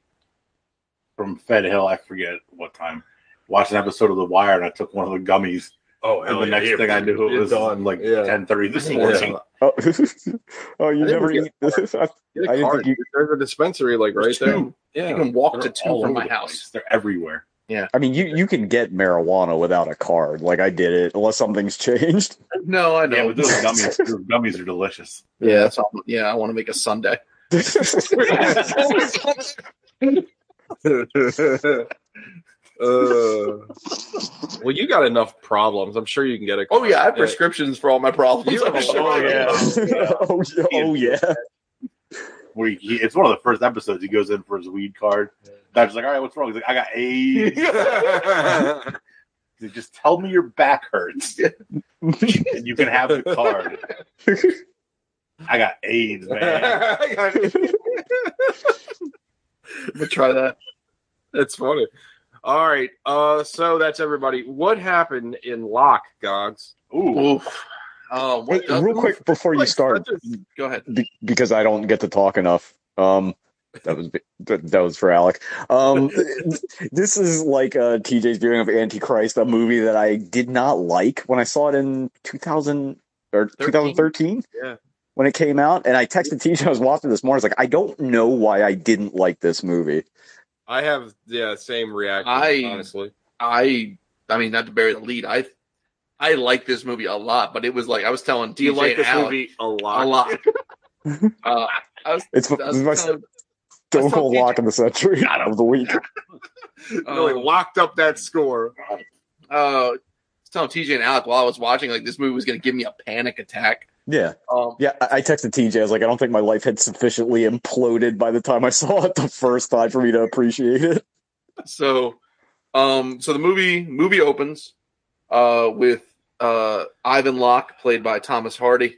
E: from Fed Hill. I forget what time. Watched an episode of The Wire, and I took one of the gummies.
B: Oh,
E: And the next thing I knew, it was on like
B: Yeah.
E: ten thirty this
A: Yeah.
E: morning.
C: oh, oh, you
B: I didn't
C: never
B: get
C: eat.
B: Get
C: I I
B: a
C: didn't
B: card.
C: think you-
B: dude. There's a dispensary like right
E: There's
B: there.
E: two.
A: I
B: Yeah.
A: can walk
E: They're
A: to two
E: all
A: from
E: over
A: my
E: the
A: house.
E: place. They're everywhere.
C: mean, you you can get marijuana without a card. Like I did it, unless something's changed.
A: No, I know.
E: Yeah, but those gummies, those gummies are delicious.
A: Yeah, that's all. Yeah, I want to make a Sunday.
B: Uh, well, you got enough problems. I'm sure you can get a.
A: Oh yeah, I have prescriptions for all my problems.
B: You have a
A: Sure.
B: lot, yeah.
C: oh, yeah. oh yeah.
E: Where he, it's one of the first episodes. He goes in for his weed card. Doctor's like, "All right, what's wrong?" He's like, "I got AIDS." He's
B: yeah.
E: like, Just tell me your back hurts, and you can have the card. I got AIDS, man.
A: I'm gonna try that.
B: that's funny. All right. Uh, so that's everybody. What happened in Lock, Gogs?
E: Ooh,
A: Oof. Oh,
C: Hey,
A: what does-
C: real quick before you
B: Like,
C: start,
B: such a-
A: Go ahead.
C: be- because I don't get to talk enough. Um, that was that, that was for Alec. Um, this is like uh, TJ's viewing of Antichrist, a movie that I did not like when I saw it in 2000 or 2013.
B: Yeah.
C: When it came out, and I texted TJ, I was watching this morning. I was like, I don't know why I didn't like this movie.
B: I have yeah, same reaction.
A: I-
B: honestly,
A: I I mean, not to bury the lead. I I like this movie a lot, but it was like I was telling
B: do you
A: DJ
B: like
A: and
B: this
A: Alec
B: movie a
A: a
B: lot?
A: lot. uh, I was,
C: It's
A: I
C: this
A: was
C: is my
A: telling-
C: stone cold
A: TJ.
C: lock of the century of the week.
B: really
A: Um,
B: locked up that score.
A: uh, I was telling TJ and Alec while I was watching, like this movie was gonna give me a panic attack.
C: Yeah,
A: Um,
C: yeah. I I texted TJ. I was like, I don't think my life had sufficiently imploded by the time I saw it the first time for me to appreciate it.
A: so um so the movie movie opens uh with uh ivan locke played by thomas hardy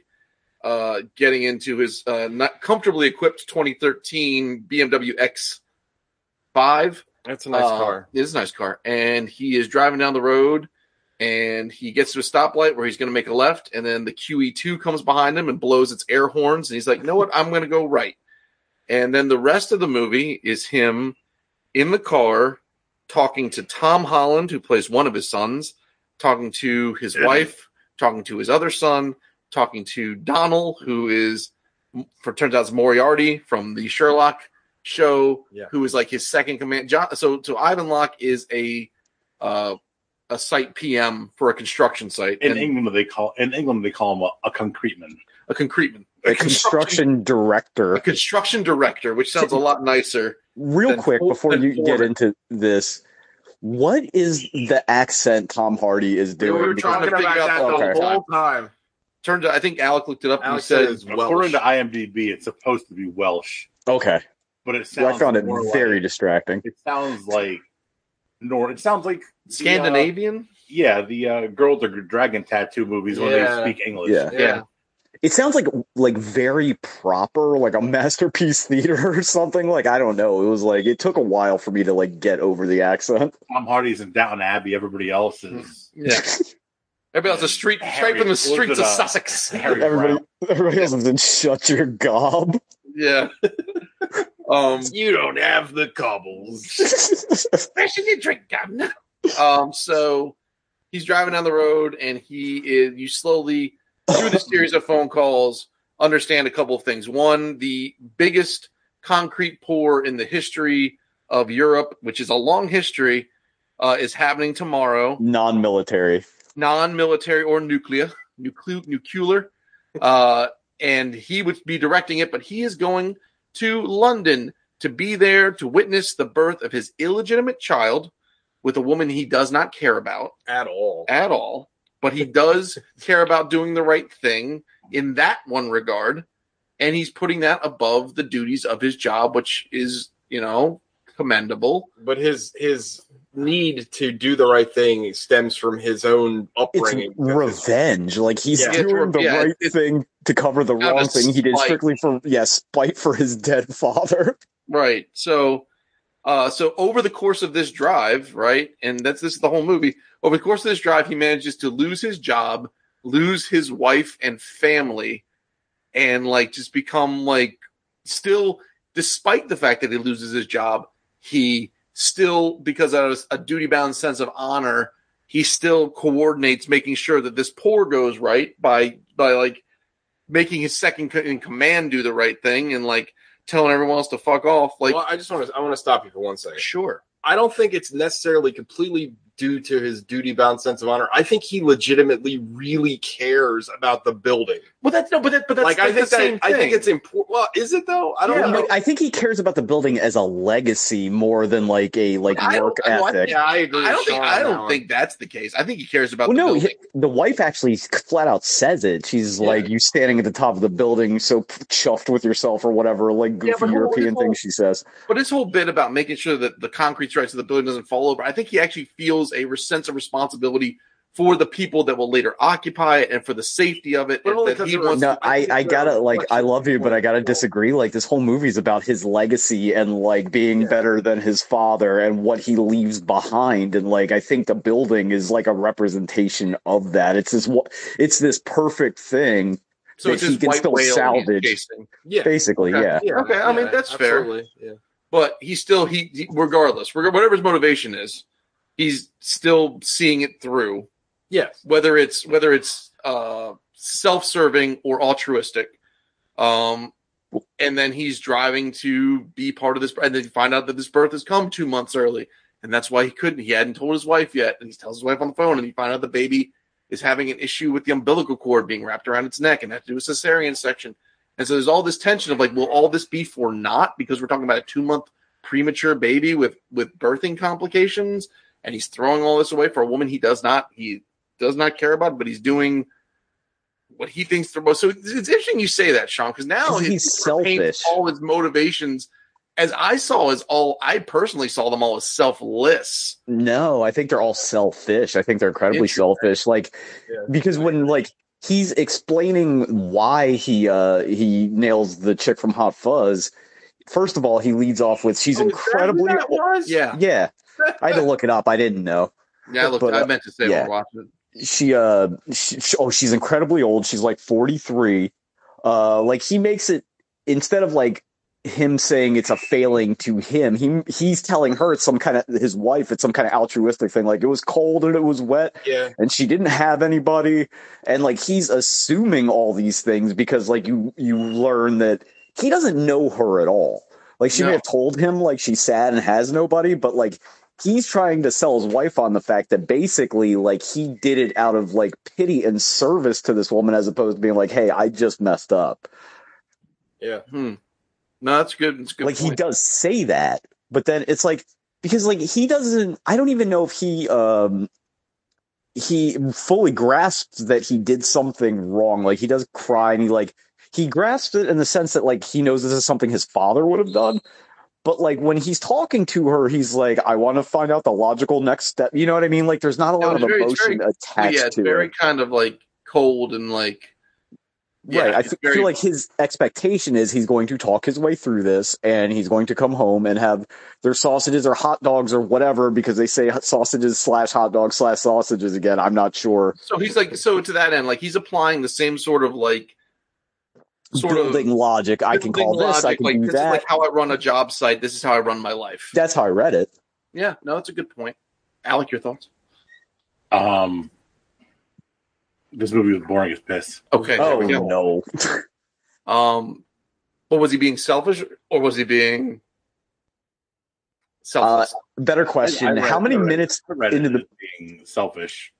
A: uh getting into his uh not comfortably equipped 2013 bmw x5
B: That's a nice
A: Uh,
B: car.
A: it is a nice car and he is driving down the road and he gets to a stoplight where he's going to make a left E and then the qe2 comes behind him and blows its air horns and he's like you know what i'm going to go right And then the rest of the movie is him in the car talking to Tom Holland, who plays one of his sons, talking to his
E: Yeah.
A: wife, talking to his other son, talking to Donald, who is, for turns out, it's Moriarty from the Sherlock show,
E: Yeah.
A: who is like his second command. John, so, so Ivan Locke is a uh, a site PM for a construction site
E: In
A: and
E: England, they call in England they call him a, a concrete man.
A: a concrete man,
C: A construction
A: a
C: director.
A: construction director, which sounds a lot nicer.
C: Real
A: than
C: quick
A: Ford-
C: before
A: than
C: you get
A: Ford.
C: into this, what is the accent Tom Hardy is
B: We were
C: doing? Because-
B: talking about that the
C: Okay.
B: whole time.
A: Turns out, I think Alec looked it up
B: Alex
A: and he said
B: said it's
E: According
B: Welsh.
E: to IMDb, it's supposed to be Welsh,
C: Okay,
E: but it
C: I
E: sounds
C: found it
E: more
C: very
E: Like,
C: distracting.
E: it sounds like nor. It sounds like the, uh,
A: Scandinavian.
E: yeah, the uh, Girl with the Dragon tattoo movies when
B: Yeah.
E: they speak English.
C: Yeah.
A: yeah.
C: It sounds like like very proper, like a masterpiece theater or something. Like I don't know. It was like it took a while for me to like get over the accent.
E: Tom Hardy's in Downton Abbey. Everybody else is
A: Yeah. Everybody else is street straight from the
E: Harry,
A: streets of
E: Elizabeth.
A: Sussex.
B: Hmm.
E: Harry
C: Everybody,
E: Brown.
C: everybody else is in shut your gob.
A: Yeah. um
B: You don't have the cobbles.
A: where should you drink gun? um so he's driving down the road and he is you slowly through the series of phone calls understand a couple of things. One, the biggest concrete pour in the history of Europe, which is a long history, uh, is happening tomorrow.
C: Non-military.
A: non-military or nuclear, nucle- nuclear, uh, and he would be directing it. But he is going to London to be there to witness the birth of his illegitimate child with a woman he does not care about
B: At all.
A: at all, but he does care about doing the right thing in that one regard, and he's putting that above the duties of his job, which is you know commendable.
B: But his his need to do the right thing stems from his own
C: It's
B: upbringing. Because his-
C: revenge. Like he's
B: Yeah.
C: doing the
A: Yeah,
C: right
A: it's-
C: thing to cover the
A: Out of
C: wrong thing he did
A: spite.
C: strictly for yeah, spite for his dead father.
A: Right. So, uh, so over the course of this drive, right, and that's this is the whole movie. Over the course of this drive, he manages to lose his job, lose his wife and family, and like just become like still, despite the fact that he loses his job, he still because of a duty bound sense of honor, he still coordinates making sure that this pour goes right by by like making his second co- in command do the right thing and like telling everyone else to fuck off like
B: well, I just want to I want to stop you for one second.
A: Sure.
B: I don't think it's necessarily completely due to his duty bound sense of honor. I think he legitimately really cares about the building.
A: Well, that's no, but that, but that's
B: like I think that I think it's important. Well, is it though? I don't
A: Yeah.
B: know.
C: Like, I think he cares about the building as a legacy more than like a like
A: I don't-
C: work
A: I don't- I-
C: ethic.
B: yeah, I agree.
A: I don't
B: with
A: think
B: Sean
A: I
B: on that
A: don't
B: one.
A: think that's the case. I think he cares about
C: well,
A: the
C: no,
A: building.
C: he- the wife actually flat out says it. She's
B: Yeah.
C: like, "You standing at the top of the building, so p- chuffed with yourself or whatever." Like
A: Yeah,
C: goofy
A: but hold on,
C: European
A: hold on.
C: thing she says.
A: But his whole bit about making sure that the concrete strikes of the building doesn't fall over, I think he actually feels a re- sense of responsibility for the people that will later occupy it and for the safety of it.
B: But
A: and
B: only
A: that
B: 'cause
A: he
B: there was-
A: wants.
C: No, I I gotta like I
B: Reflection
C: love you, but I gotta
B: point.
C: disagree. Like this whole movie's about his legacy and like being
B: Yeah.
C: better than his father and what he leaves behind. And like I think the building is like a representation of that. It's this wa- it's this perfect thing,
A: so
C: that
A: it's
C: he
A: his
C: can
A: white
C: still
A: whale he's
C: salvage.
A: chasing.
B: Yeah.
C: basically.
A: Okay.
C: Yeah.
B: Yeah.
A: Okay, I mean,
B: yeah,
A: that's fair.
B: absolutely, Yeah.
A: but he still he, he regardless reg- whatever his motivation is he's still seeing it through
B: Yes.
A: whether it's whether it's uh self-serving or altruistic um and then he's driving to be part of this and then you find out that this birth has come two months early and that's why he couldn't he hadn't told his wife yet and he tells his wife on the phone and he find out the baby is having an issue with the umbilical cord being wrapped around its neck and had to do a cesarean section and so there's all this tension of like will all this be for not because we're talking about a two month premature baby with with birthing complications and he's throwing all this away for a woman he does not he does not care about but he's doing what he thinks the most so it's, it's interesting you say that sean because now
C: 'Cause
A: it
C: he's
A: sort of paints
C: selfish.
A: all his motivations as i saw as all i personally saw them all as selfless
C: No, I think they're all selfish. I think they're incredibly
A: Interesting.
C: selfish. Like
B: Yeah.
C: because when like he's explaining why he uh he nails the chick from Hot Fuzz, first of all, he leads off with she's
B: Oh, is that who
C: incredibly
B: that was?
A: yeah
C: Yeah. I had to look it up. I didn't know.
A: yeah look
C: But, uh,
A: i meant to say
C: yeah.
A: we're watching it
C: She uh she, she- oh, she's incredibly old. She's like 43. Uh like he makes it instead of like him saying it's a failing to him. He he's telling her it's some kind of his wife. It's some kind of altruistic thing. Like it was cold and it was wet,
B: Yeah.
C: and she didn't have anybody. And like he's assuming all these things because like you you learn that he doesn't know her at all. Like she may
A: No.
C: have told him like she's sad and has nobody, but like he's trying to sell his wife on the fact that basically like he did it out of like pity and service to this woman as opposed to being like, hey, I just messed up.
A: Hmm. No, that's good. It's a good.
C: like he
A: point.
C: does say that but then it's like because like he doesn't i don't even know if he um he fully grasps that he did something wrong like he does cry and he like he grasps it in the sense that like he knows this is something his father would have done but like when he's talking to her he's like i want to find out the logical next step you know what i mean like there's not a
A: No,
C: lot
A: it's
C: of
A: very- it's
C: emotion
A: But
C: attached
A: yeah, it's
C: to
A: very
C: it
A: kind of like cold and like. Yeah,
C: right i
A: it's
C: fe-
A: very-
C: feel like his expectation is he's going to talk his way through this and he's going to come home and have their sausages or hot dogs or whatever because they say sausages slash hot dogs slash sausages again i'm not sure
A: so he's like so to that end like he's applying the same sort of like sort
C: building logic
A: of
C: i can call
A: building
C: this i
A: logic,
C: can
A: like
C: do
A: this is
C: that
A: like how I run a job site. This is how I run my life.
C: that's how i read it
A: yeah, no, that's a good point. Alec, your thoughts?
E: Um, this movie was boring as piss.
A: Okay. there
C: oh
A: we go.
C: no
A: Um, but was he being selfish or was he being
C: Uh,
A: selfless?
C: better question
E: I- I read-
C: how many
E: I read-
C: minutes
E: I read
C: into
E: it
C: the-
E: as being selfish?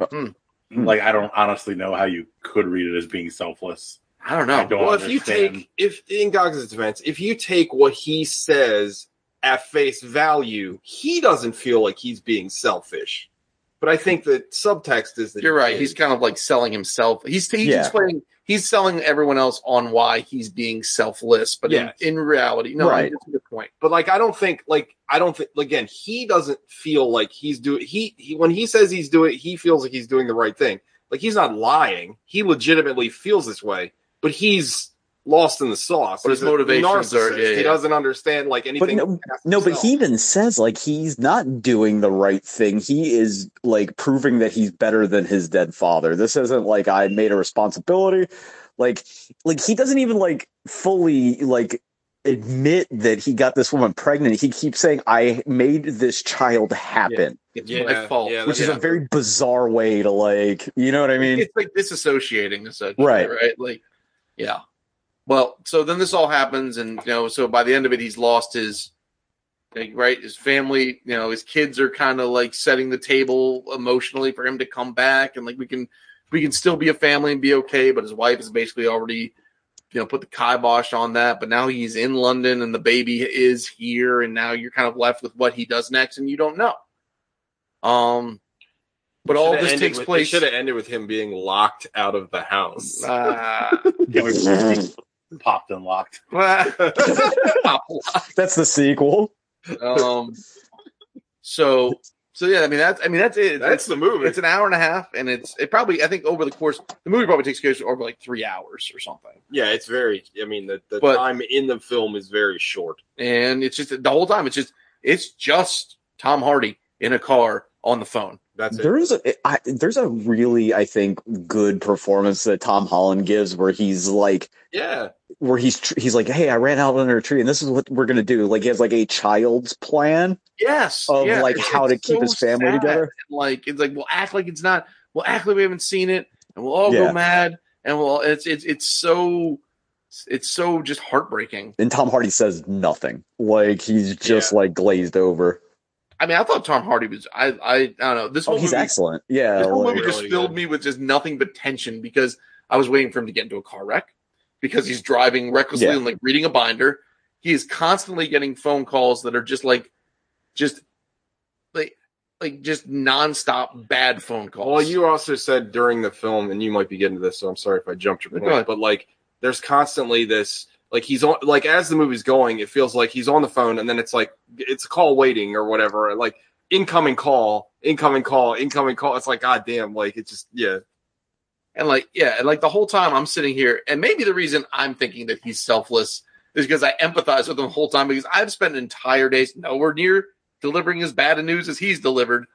A: Hmm.
E: Like I don't honestly know how you could read it as being selfless.
A: I don't know.
E: I don't
B: well, if
E: understand.
B: you take if in Goggins' defense, if you take what he says at face value, he doesn't feel like he's being selfish. But I think the subtext is that
A: You're
B: he
A: right.
B: is.
A: He's kind of like selling himself. He's he's
C: Yeah.
A: explaining. He's selling everyone else on why he's being selfless, but
B: Yes.
A: in, in reality, no,
C: Right.
A: that's a good point.
B: but like I don't think like I don't think again he doesn't feel like he's doing he, he when he says he's doing he feels like he's doing the right thing. Like he's not lying. He legitimately feels this way, but he's lost in the sauce.
A: But his
B: He's a
A: motivations are-
B: narcissist.
A: yeah, yeah.
B: He doesn't understand like
C: but
B: anything.
C: no,
B: past
C: no but
B: himself.
C: he even says like he's not doing the right thing he is like proving that he's better than his dead father this isn't like i made a responsibility like like he doesn't even like fully like admit that he got this woman pregnant he keeps saying i made this child happen
A: It's
B: Yeah,
A: my fault,
B: yeah,
C: which is
B: yeah.
C: a very bizarre way to like you know what i mean
A: it's like disassociating essentially right
C: Right.
A: right like yeah well so then this all happens and you know so by the end of it he's lost his like, right his family you know his kids are kind of like setting the table emotionally for him to come back and like we can we can still be a family and be okay but his wife is basically already you know put the kibosh on that but now he's in london and the baby is here and now you're kind of left with what he does next and you don't know um but all
B: Should've
A: this
B: ended
A: takes
B: with- It
A: place
B: should have ended with him being locked out of the house.
A: Ah.
E: Yeah, we popped and locked.
C: that's the sequel
A: um, so so yeah, I mean that's I mean that's it.
B: That's the movie.
A: it's an hour and a half, and it's it probably I think over the course the movie probably takes place over like three hours or something,
B: yeah, it's very. I mean, the, the
A: But-
B: time in the film is very short.
A: and it's just the whole time it's just it's just Tom Hardy in a car on the phone.
B: That's it.
C: There is a I, there's a really I think good performance that Tom Holland gives where he's like
B: yeah,
C: where he's tr- he's like hey I ran out under a tree and this is what we're gonna do like he has like a child's plan
A: Yes,
C: of
A: yeah,
C: like
A: it's-
C: how to
A: it's
C: keep
A: so
C: his family
A: sad.
C: together
A: Like it's like we'll act like it's not. We'll act like we haven't seen it, and we'll all
C: Yeah.
A: go mad, and we'll it's it's it's so it's so just heartbreaking.
C: and Tom Hardy says nothing like he's just like glazed over
A: I mean, I thought Tom Hardy was. I I, I don't know. This whole
C: oh he's
A: movie,
C: excellent yeah
A: this whole
C: like-
A: movie just
B: Really
A: filled
B: good.
A: me with just nothing but tension because I was waiting for him to get into a car wreck because he's driving recklessly
C: Yeah.
A: and like reading a binder. He is constantly getting phone calls that are just like, just like like just nonstop bad phone calls.
B: Well, you also said during the film, and you might be getting to this, so I'm sorry if I jumped your
A: Go
B: point,
A: ahead.
B: but like there's constantly this like he's on like as the movie's going, it feels like he's on the phone and then it's like it's a call waiting or whatever, like incoming call, incoming call, incoming call. It's like god damn, like it's just yeah.
A: And like, yeah, and like the whole time I'm sitting here, and maybe the reason I'm thinking that he's selfless is because I empathize with him the whole time because I've spent entire days nowhere near delivering as bad a news as he's delivered.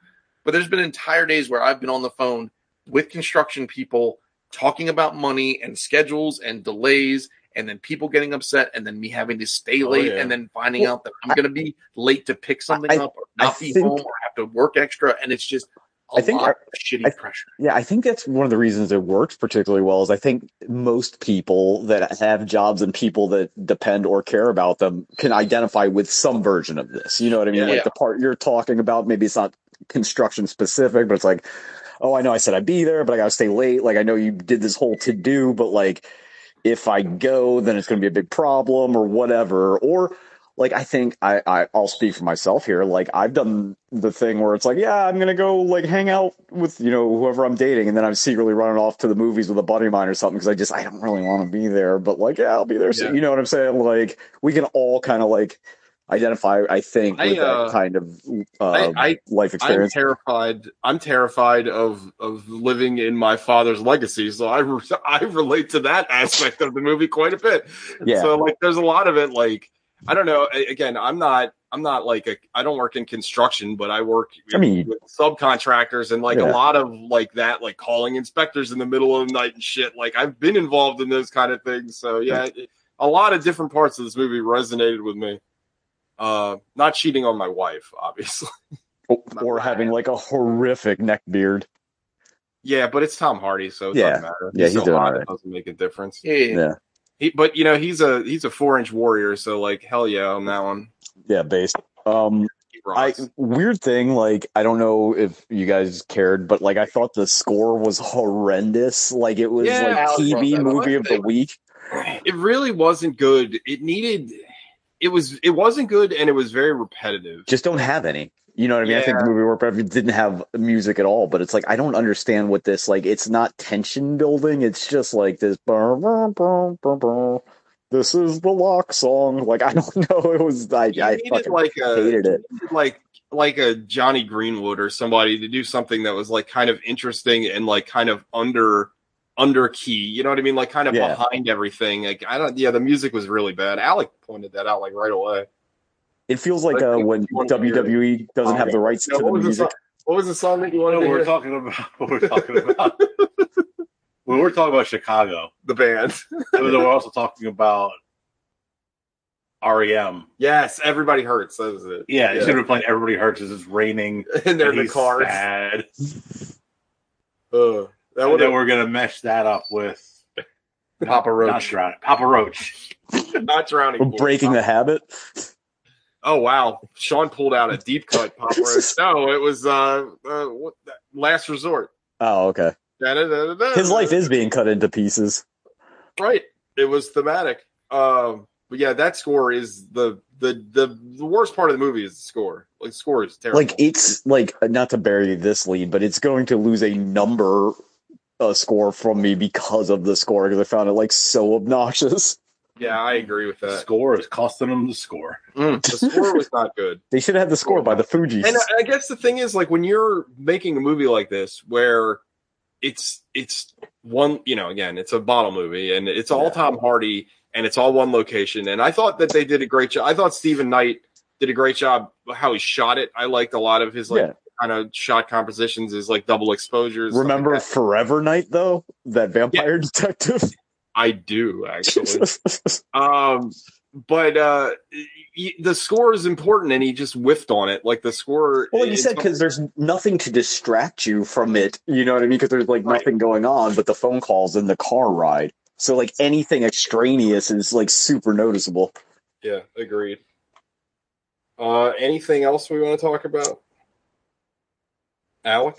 A: But there's been entire days where I've been on the phone with construction people talking about money and schedules and delays and then people getting upset, and then me having to stay
E: Oh,
A: late,
E: yeah.
A: and then finding
C: Well,
A: out that I'm going to be late to pick something
C: I-
A: up, or
C: I
A: not be
C: think-
A: home, or have to work extra, and it's just a
C: I think
A: lot
C: I-
A: of shitty
C: I-
A: pressure.
C: Yeah, I think that's one of the reasons it works particularly well is I think most people that have jobs and people that depend or care about them can identify with some version of this. You know what I mean?
A: Yeah.
C: Like the part you're talking about, maybe it's not construction specific, but it's like, oh, I know I said I'd be there, but I gotta stay late. Like I know you did this whole to do, but like if I go, then it's gonna be a big problem or whatever. Or like I think I, I I'll speak for myself here. Like I've done the thing where it's like, yeah, I'm gonna go like hang out with you know whoever I'm dating, and then I'm secretly running off to the movies with a buddy of mine or something because I just I don't really want to be there, but like yeah, I'll be there. So
B: Yeah.
C: you know what I'm saying? Like we can all kind of like identify, I think,
B: I,
C: with
B: uh,
C: that kind of
B: I,
C: uh,
B: I
C: life
B: I'm
C: experience.
B: terrified. I'm terrified of of living in my father's legacy. So I re- I relate to that aspect of the movie quite a bit.
C: Yeah.
B: So like, there's a lot of it. Like, I don't know. A- Again, I'm not. I'm not like a. I don't work in construction, but I work.
C: I mean,
B: with subcontractors and like a
C: Yeah.
B: lot of like that, like calling inspectors in the middle of the night and shit. Like I've been involved in those kind of things. So yeah, it- a lot of different parts of this movie resonated with me. Uh, not cheating on my wife, obviously.
C: or having like a horrific neck beard.
B: Yeah, but it's Tom Hardy, so it
C: Yeah.
B: doesn't matter.
C: Yeah, he's
B: so
C: doing
B: hot,
C: alright.
B: it doesn't make a difference.
A: Yeah, yeah,
C: Yeah.
A: yeah.
B: He, but you know, he's a he's a four inch warrior, so like hell yeah on that one.
C: Yeah, based. Um,
B: He
C: I
B: rocks.
C: weird thing, like I don't know if you guys cared, but like I thought the score was horrendous. Like it was
B: Yeah,
C: like
A: Alex brought that
C: TV
A: up.
C: movie of the week.
B: it really wasn't good. It needed it was it wasn't good and it was very repetitive.
C: Just don't have any. You know what I mean? I think the movie worked better if it didn't have music at all. But it's like I don't understand what this like. It's not tension building. It's just like this. "Bum, bum, bum, bum, bum. This is the lock song. Like I don't know. It was I.
B: You
C: I
B: needed
C: fucking
B: like a
C: hated it.
B: needed, like like a Johnny Greenwood or somebody to do something that was like kind of interesting and like kind of under under key. You know what I mean? Like kind of
C: Yeah.
B: behind everything. Like I don't. Yeah, the music was really bad. Alec pointed that out like right away.
C: It feels like
B: I
C: uh,
B: think
C: when
B: it's one of the-
C: WWE doesn't have the rights to
B: Now,
C: the
B: what, was the song,
C: music.
B: what was the song that you
E: What
B: wanted to
E: we're
B: hear?
E: talking about? What we're talking about? when we're talking about Chicago,
B: The band.
E: but then we're also talking about REM.
B: Yes, everybody hurts. That was it.
E: Yeah, it should have been playing "Everybody Hurts" as it's raining.
B: and they're in
E: and
B: the
E: he's
B: cars.
E: sad.
B: Ugh. that
E: And
B: would
E: then
B: have
E: we're gonna mesh that up with
A: Papa
E: not
A: Roach.
E: Drown- Papa Roach.
B: not drowning.
C: We're
B: Pool.
C: breaking the habit.
B: Oh wow, Sean pulled out a deep cut pop roast. No, it was uh, uh what, last resort.
C: Oh, okay.
B: Da-da-da-da-da.
C: His life is being cut into pieces.
B: right. It was thematic. Um, but yeah, that score is the the the, the worst part of the movie is the score. Like the score is terrible.
C: Like it's like not to bury this lead, but it's going to lose a number uh, score from me because of the score because I found it like so obnoxious.
B: yeah, I agree with
E: The
B: that.
E: score is costing them the score.
B: The score was not good.
C: They should have had the score by the Fugees.
B: And uh, I- I guess the thing is, like, when you're making a movie like this, where it's it's one, you know, again, it's a bottle movie, and it's all
C: Yeah.
B: Tom Hardy, and it's all one location. And I thought that they did a great job. I thought Stephen Knight did a great job how he shot it. I liked a lot of his like
C: yeah.
B: kind of shot compositions, his like double exposures. stuff like
C: Remember
B: that.
C: Forever Night though? That vampire detective?
B: I do actually. um but uh y- y- the score is important and he just whiffed on it like the score
C: well, like you
B: it's
C: said,
B: not-
C: because there's nothing to distract you from it. You know what I mean? Because there's like
B: Right.
C: nothing going on but the phone calls and the car ride. So like anything extraneous is like super noticeable.
B: Yeah, agreed. Uh, anything else we want to talk about, Alec?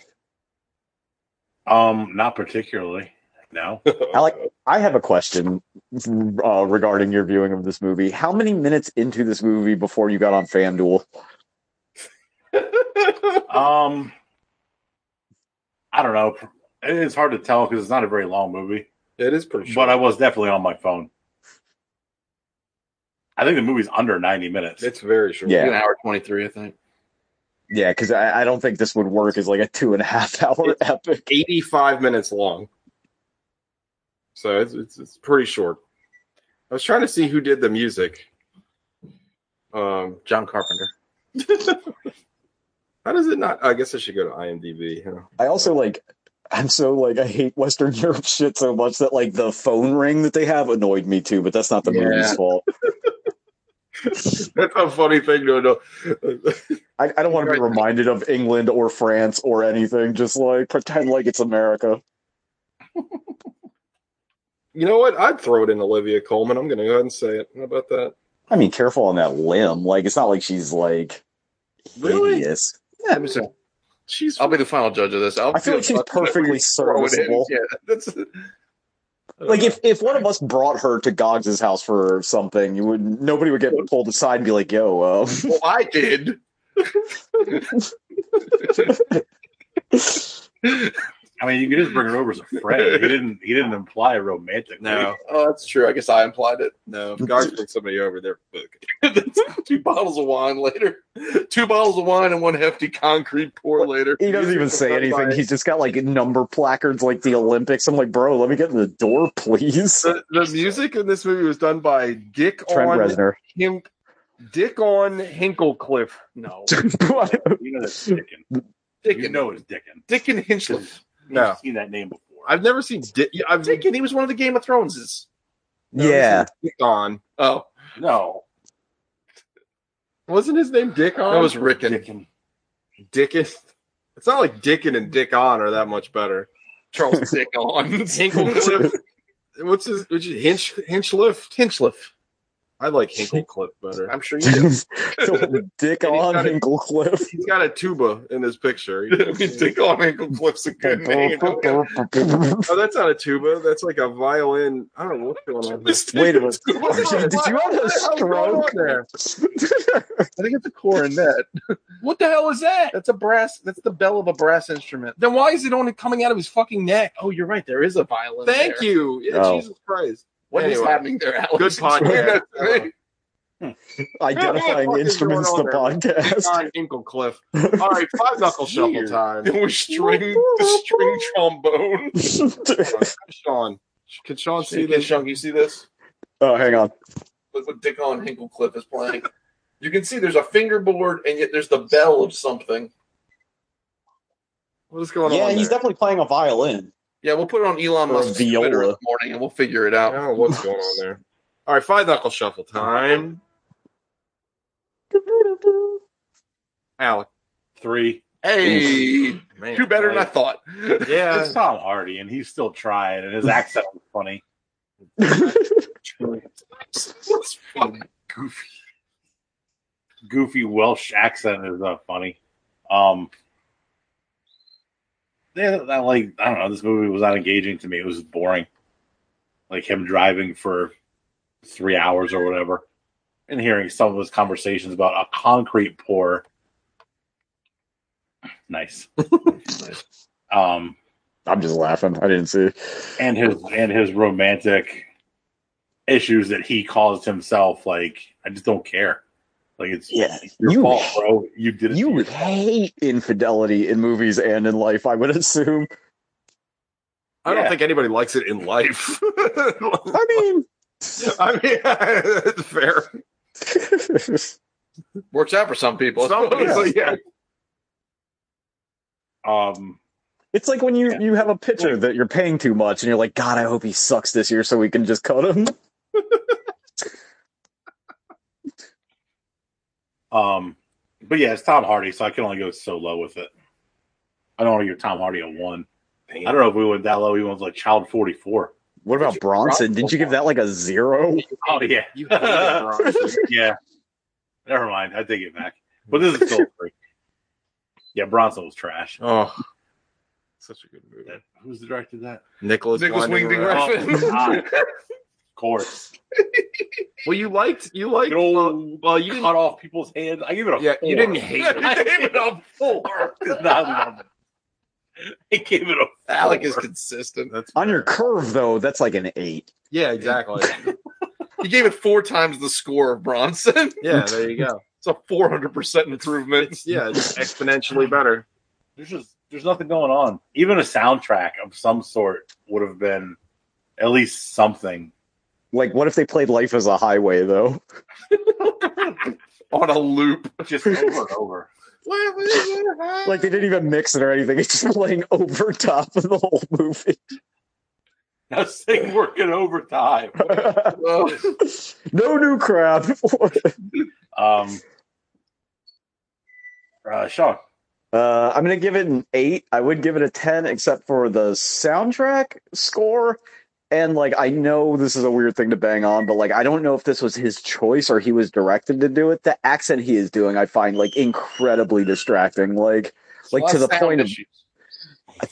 E: Um, not particularly. No.
C: Alec? I have a question uh, regarding your viewing of this movie. How many minutes into this movie before you got on FanDuel?
E: Um, I don't know. It's hard to tell because it's not a very long movie.
B: it is pretty short.
E: But I was definitely on my phone. I think the movie's under ninety minutes.
B: it's very short.
C: Yeah.
A: An hour twenty three, I think.
C: Yeah, because I, I don't think this would work as like a two and a half hour epic.
B: eighty-five minutes long. So it's, it's it's pretty short. I was trying to see who did the music. Um,
A: John Carpenter.
B: how does it not? I guess I should go to IMDb. Huh?
C: I also like I'm so like I hate Western Europe shit so much that like the phone ring that they have annoyed me too, but that's not the
A: Yeah.
C: movie's fault.
B: That's a funny thing to know.
C: I, I don't want to be reminded of England or France or anything. Just like pretend like it's America.
B: You know what? I'd throw it in Olivia Coleman. I'm going to go ahead and say it. How about that?
C: I mean, careful on that limb. Like it's not like she's like
B: Really?
C: hideous.
A: Let me see.
B: She's
A: I'll be the final judge of this. I'll
C: I feel like she's perfectly
A: throw it in.
C: serviceable.
A: Yeah, that's
C: Like if, if one of us brought her to Goggs' house for something, you would nobody would get pulled aside and be like, "Yo, uh,
A: well, I did.
E: I mean, you could just bring her over as a friend. He didn't. He didn't imply romantic.
B: no,
A: Oh, that's true. I guess I implied it.
B: no. If Garth brings somebody over there, fuck.
A: That's two bottles of wine later. Two bottles of wine and one hefty concrete pour later.
C: He doesn't even say anything. He's just got like number placards like the Olympics. I'm like, bro, let me get in the door, please.
B: The, the music in this movie was done by Dick
C: Trent
B: on
C: Reznor.
B: Him, Dick on Hinklecliffe. No,
E: You know that's Dickon.
A: Dick
E: You
A: and,
E: know it's Dickon.
A: Dick and Hinchley.
B: No.
E: You've seen that name before.
B: I've never seen Dick. I've
A: Dick and he was one of the Game of Throneses.
B: never
C: yeah.
B: seen Dick on.
A: Oh,
E: no,
B: Wasn't his name Dick on?
A: that was Rickon.
E: Dickon.
B: Dickin. It's not like Dickin and Dick on are that much better.
A: Charles Dick on
B: Hinklecliffe. What's his? Which is Hinch Hinchliff? Hinchliff. I like Hinklecliffe better.
A: I'm sure you did.
C: So, Dick
B: And he's
C: on
B: got a-
C: Hinklecliffe.
B: He's got a tuba in this picture.
A: I mean, Dick on Hincklef's a good name.
B: Oh, that's not a tuba. That's like a violin. I don't know what's going on. there.
C: Wait a minute.
B: What's
C: Did
B: going-
C: you have a
B: what the hell's going on
C: stroke?
B: there?
A: I think it's a coronet.
B: What the hell is that?
A: That's a brass. That's the bell of a brass instrument.
B: Then why is it only coming out of his fucking neck?
A: Oh, you're right. There is a violin.
B: Thank
A: there.
B: you. Yeah,
C: Oh.
B: Jesus Christ.
A: What is
B: Anyway.
A: happening there, Alex?
B: Good podcast.
A: Right.
C: Identifying
B: What the fuck is
C: instruments the
B: going on
C: podcast.
B: John Inglecliff. All right, five knuckle shuffle
A: Weird.
B: time.
A: It was string, the string trombone.
B: Sean, can Sean see
A: See
B: this?
A: this, Shunk? You see this?
C: oh, hang on.
A: Look what Dick on Hincklef's is playing. You can see there's a fingerboard, and yet there's the bell of something.
B: What is going
C: yeah,
B: on?
C: he's
B: there?
C: definitely playing a violin.
A: Yeah, we'll put it on Elon
C: Or a
A: Musk's Twitter in
C: viola.
A: the morning, and we'll figure it
B: I
A: out.
B: don't know what's going on there. All right, five knuckle shuffle time. Alec.
E: Three.
A: Hey,
B: Man,
A: do better than I
B: like-
A: thought.
B: Yeah.
E: It's Tom Hardy, and he's still trying, and his accent was funny.
A: It's funny.
E: Goofy, goofy Welsh accent is not funny. Um, yeah, I like I don't know. This movie was not engaging to me. It was boring. Like him driving for three hours or whatever, and hearing some of his conversations about a concrete pour. Nice. Um,
C: I'm just laughing. I didn't see.
E: and his and his romantic issues that he caused himself. Like I just don't care. Like it's
C: Yeah,
E: your
C: you-
E: fault, bro. You did it. to
C: You would
E: yourself.
C: hate infidelity in movies and in life, I would assume.
B: I don't
E: Yeah.
B: think anybody likes it in life.
C: I mean,
B: I mean, it's fair.
A: Works out for some people. I
B: Somebody-
A: suppose.
B: yeah.
E: Um,
C: it's like when you
E: Yeah.
C: you have a pitcher that you're paying too much, and you're like, God, I hope he sucks this year, so we can just cut him.
E: um, but yeah, it's Tom Hardy, so I can only go so low with it. I don't want to give Tom Hardy a one. I don't know if we went that low. We went like Child Forty Four.
C: What about Bronson? Didn't you give that like a zero?
E: Oh yeah,
B: You hate it, Bronson.
E: yeah. Never mind. I take it back. But this is still a three. Yeah, Bronson was trash.
B: Oh, such a good movie.
E: Who's the director of that?
B: Nicholas
A: Nicholas Winding
B: Refn.
A: Refn.
E: Oh, God. of course.
B: Well, you liked you liked.
E: Good old-
B: well, well, you
E: You
B: didn't.
E: cut off people's hands. I give it a
B: Yeah,
E: four.
B: you didn't hate
A: Yeah,
B: it.
A: you gave it a four.
E: It's not enough. I gave it a four.
A: Alec is consistent.
B: That's
C: On your curve though, that's like an eight.
B: yeah, exactly.
A: He gave it four times the score of Bronson.
B: yeah, there you go.
A: It's a 400% improvement.
B: It's yeah, it's exponentially better.
E: There's just there's nothing going on. Even a soundtrack of some sort would have been at least something.
C: Like, what if they played "Life as a Highway" though?
A: on a loop.
E: Just over and over.
C: Like they didn't even mix it or anything. It's just playing over top of the whole movie.
E: That thing working overtime.
A: Well,
C: no new crap.
E: Um, uh, Sean,
C: Uh, I'm gonna give it an eight. I would give it a ten, except for the soundtrack score. And like, I know this is a weird thing to bang on, but like, I don't know if this was his choice or he was directed to do it. The accent he is doing, I find like incredibly distracting. Like, like to the
A: sound
C: point of
A: issues.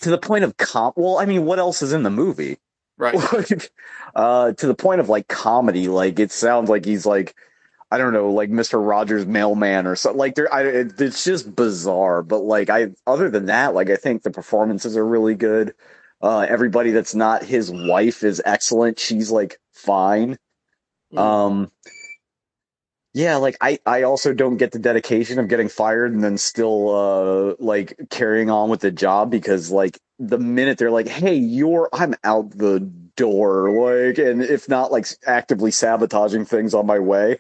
C: to the point of comp. Well, I mean, what else is in the movie?
A: Right.
C: Like, uh, to the point of like comedy, like it sounds like he's like, I don't know, like Mister Rogers' mailman or something. Like there, I, it, it's just bizarre. But like I, other than that, like I think the performances are really good. Uh, everybody that's not his wife is excellent. She's like fine.
A: Mm.
C: Um, yeah, like I, I also don't get the dedication of getting fired and then still uh like carrying on with the job because like the minute they're like, hey, you're I'm out the door, like, and if not like actively sabotaging things on my way.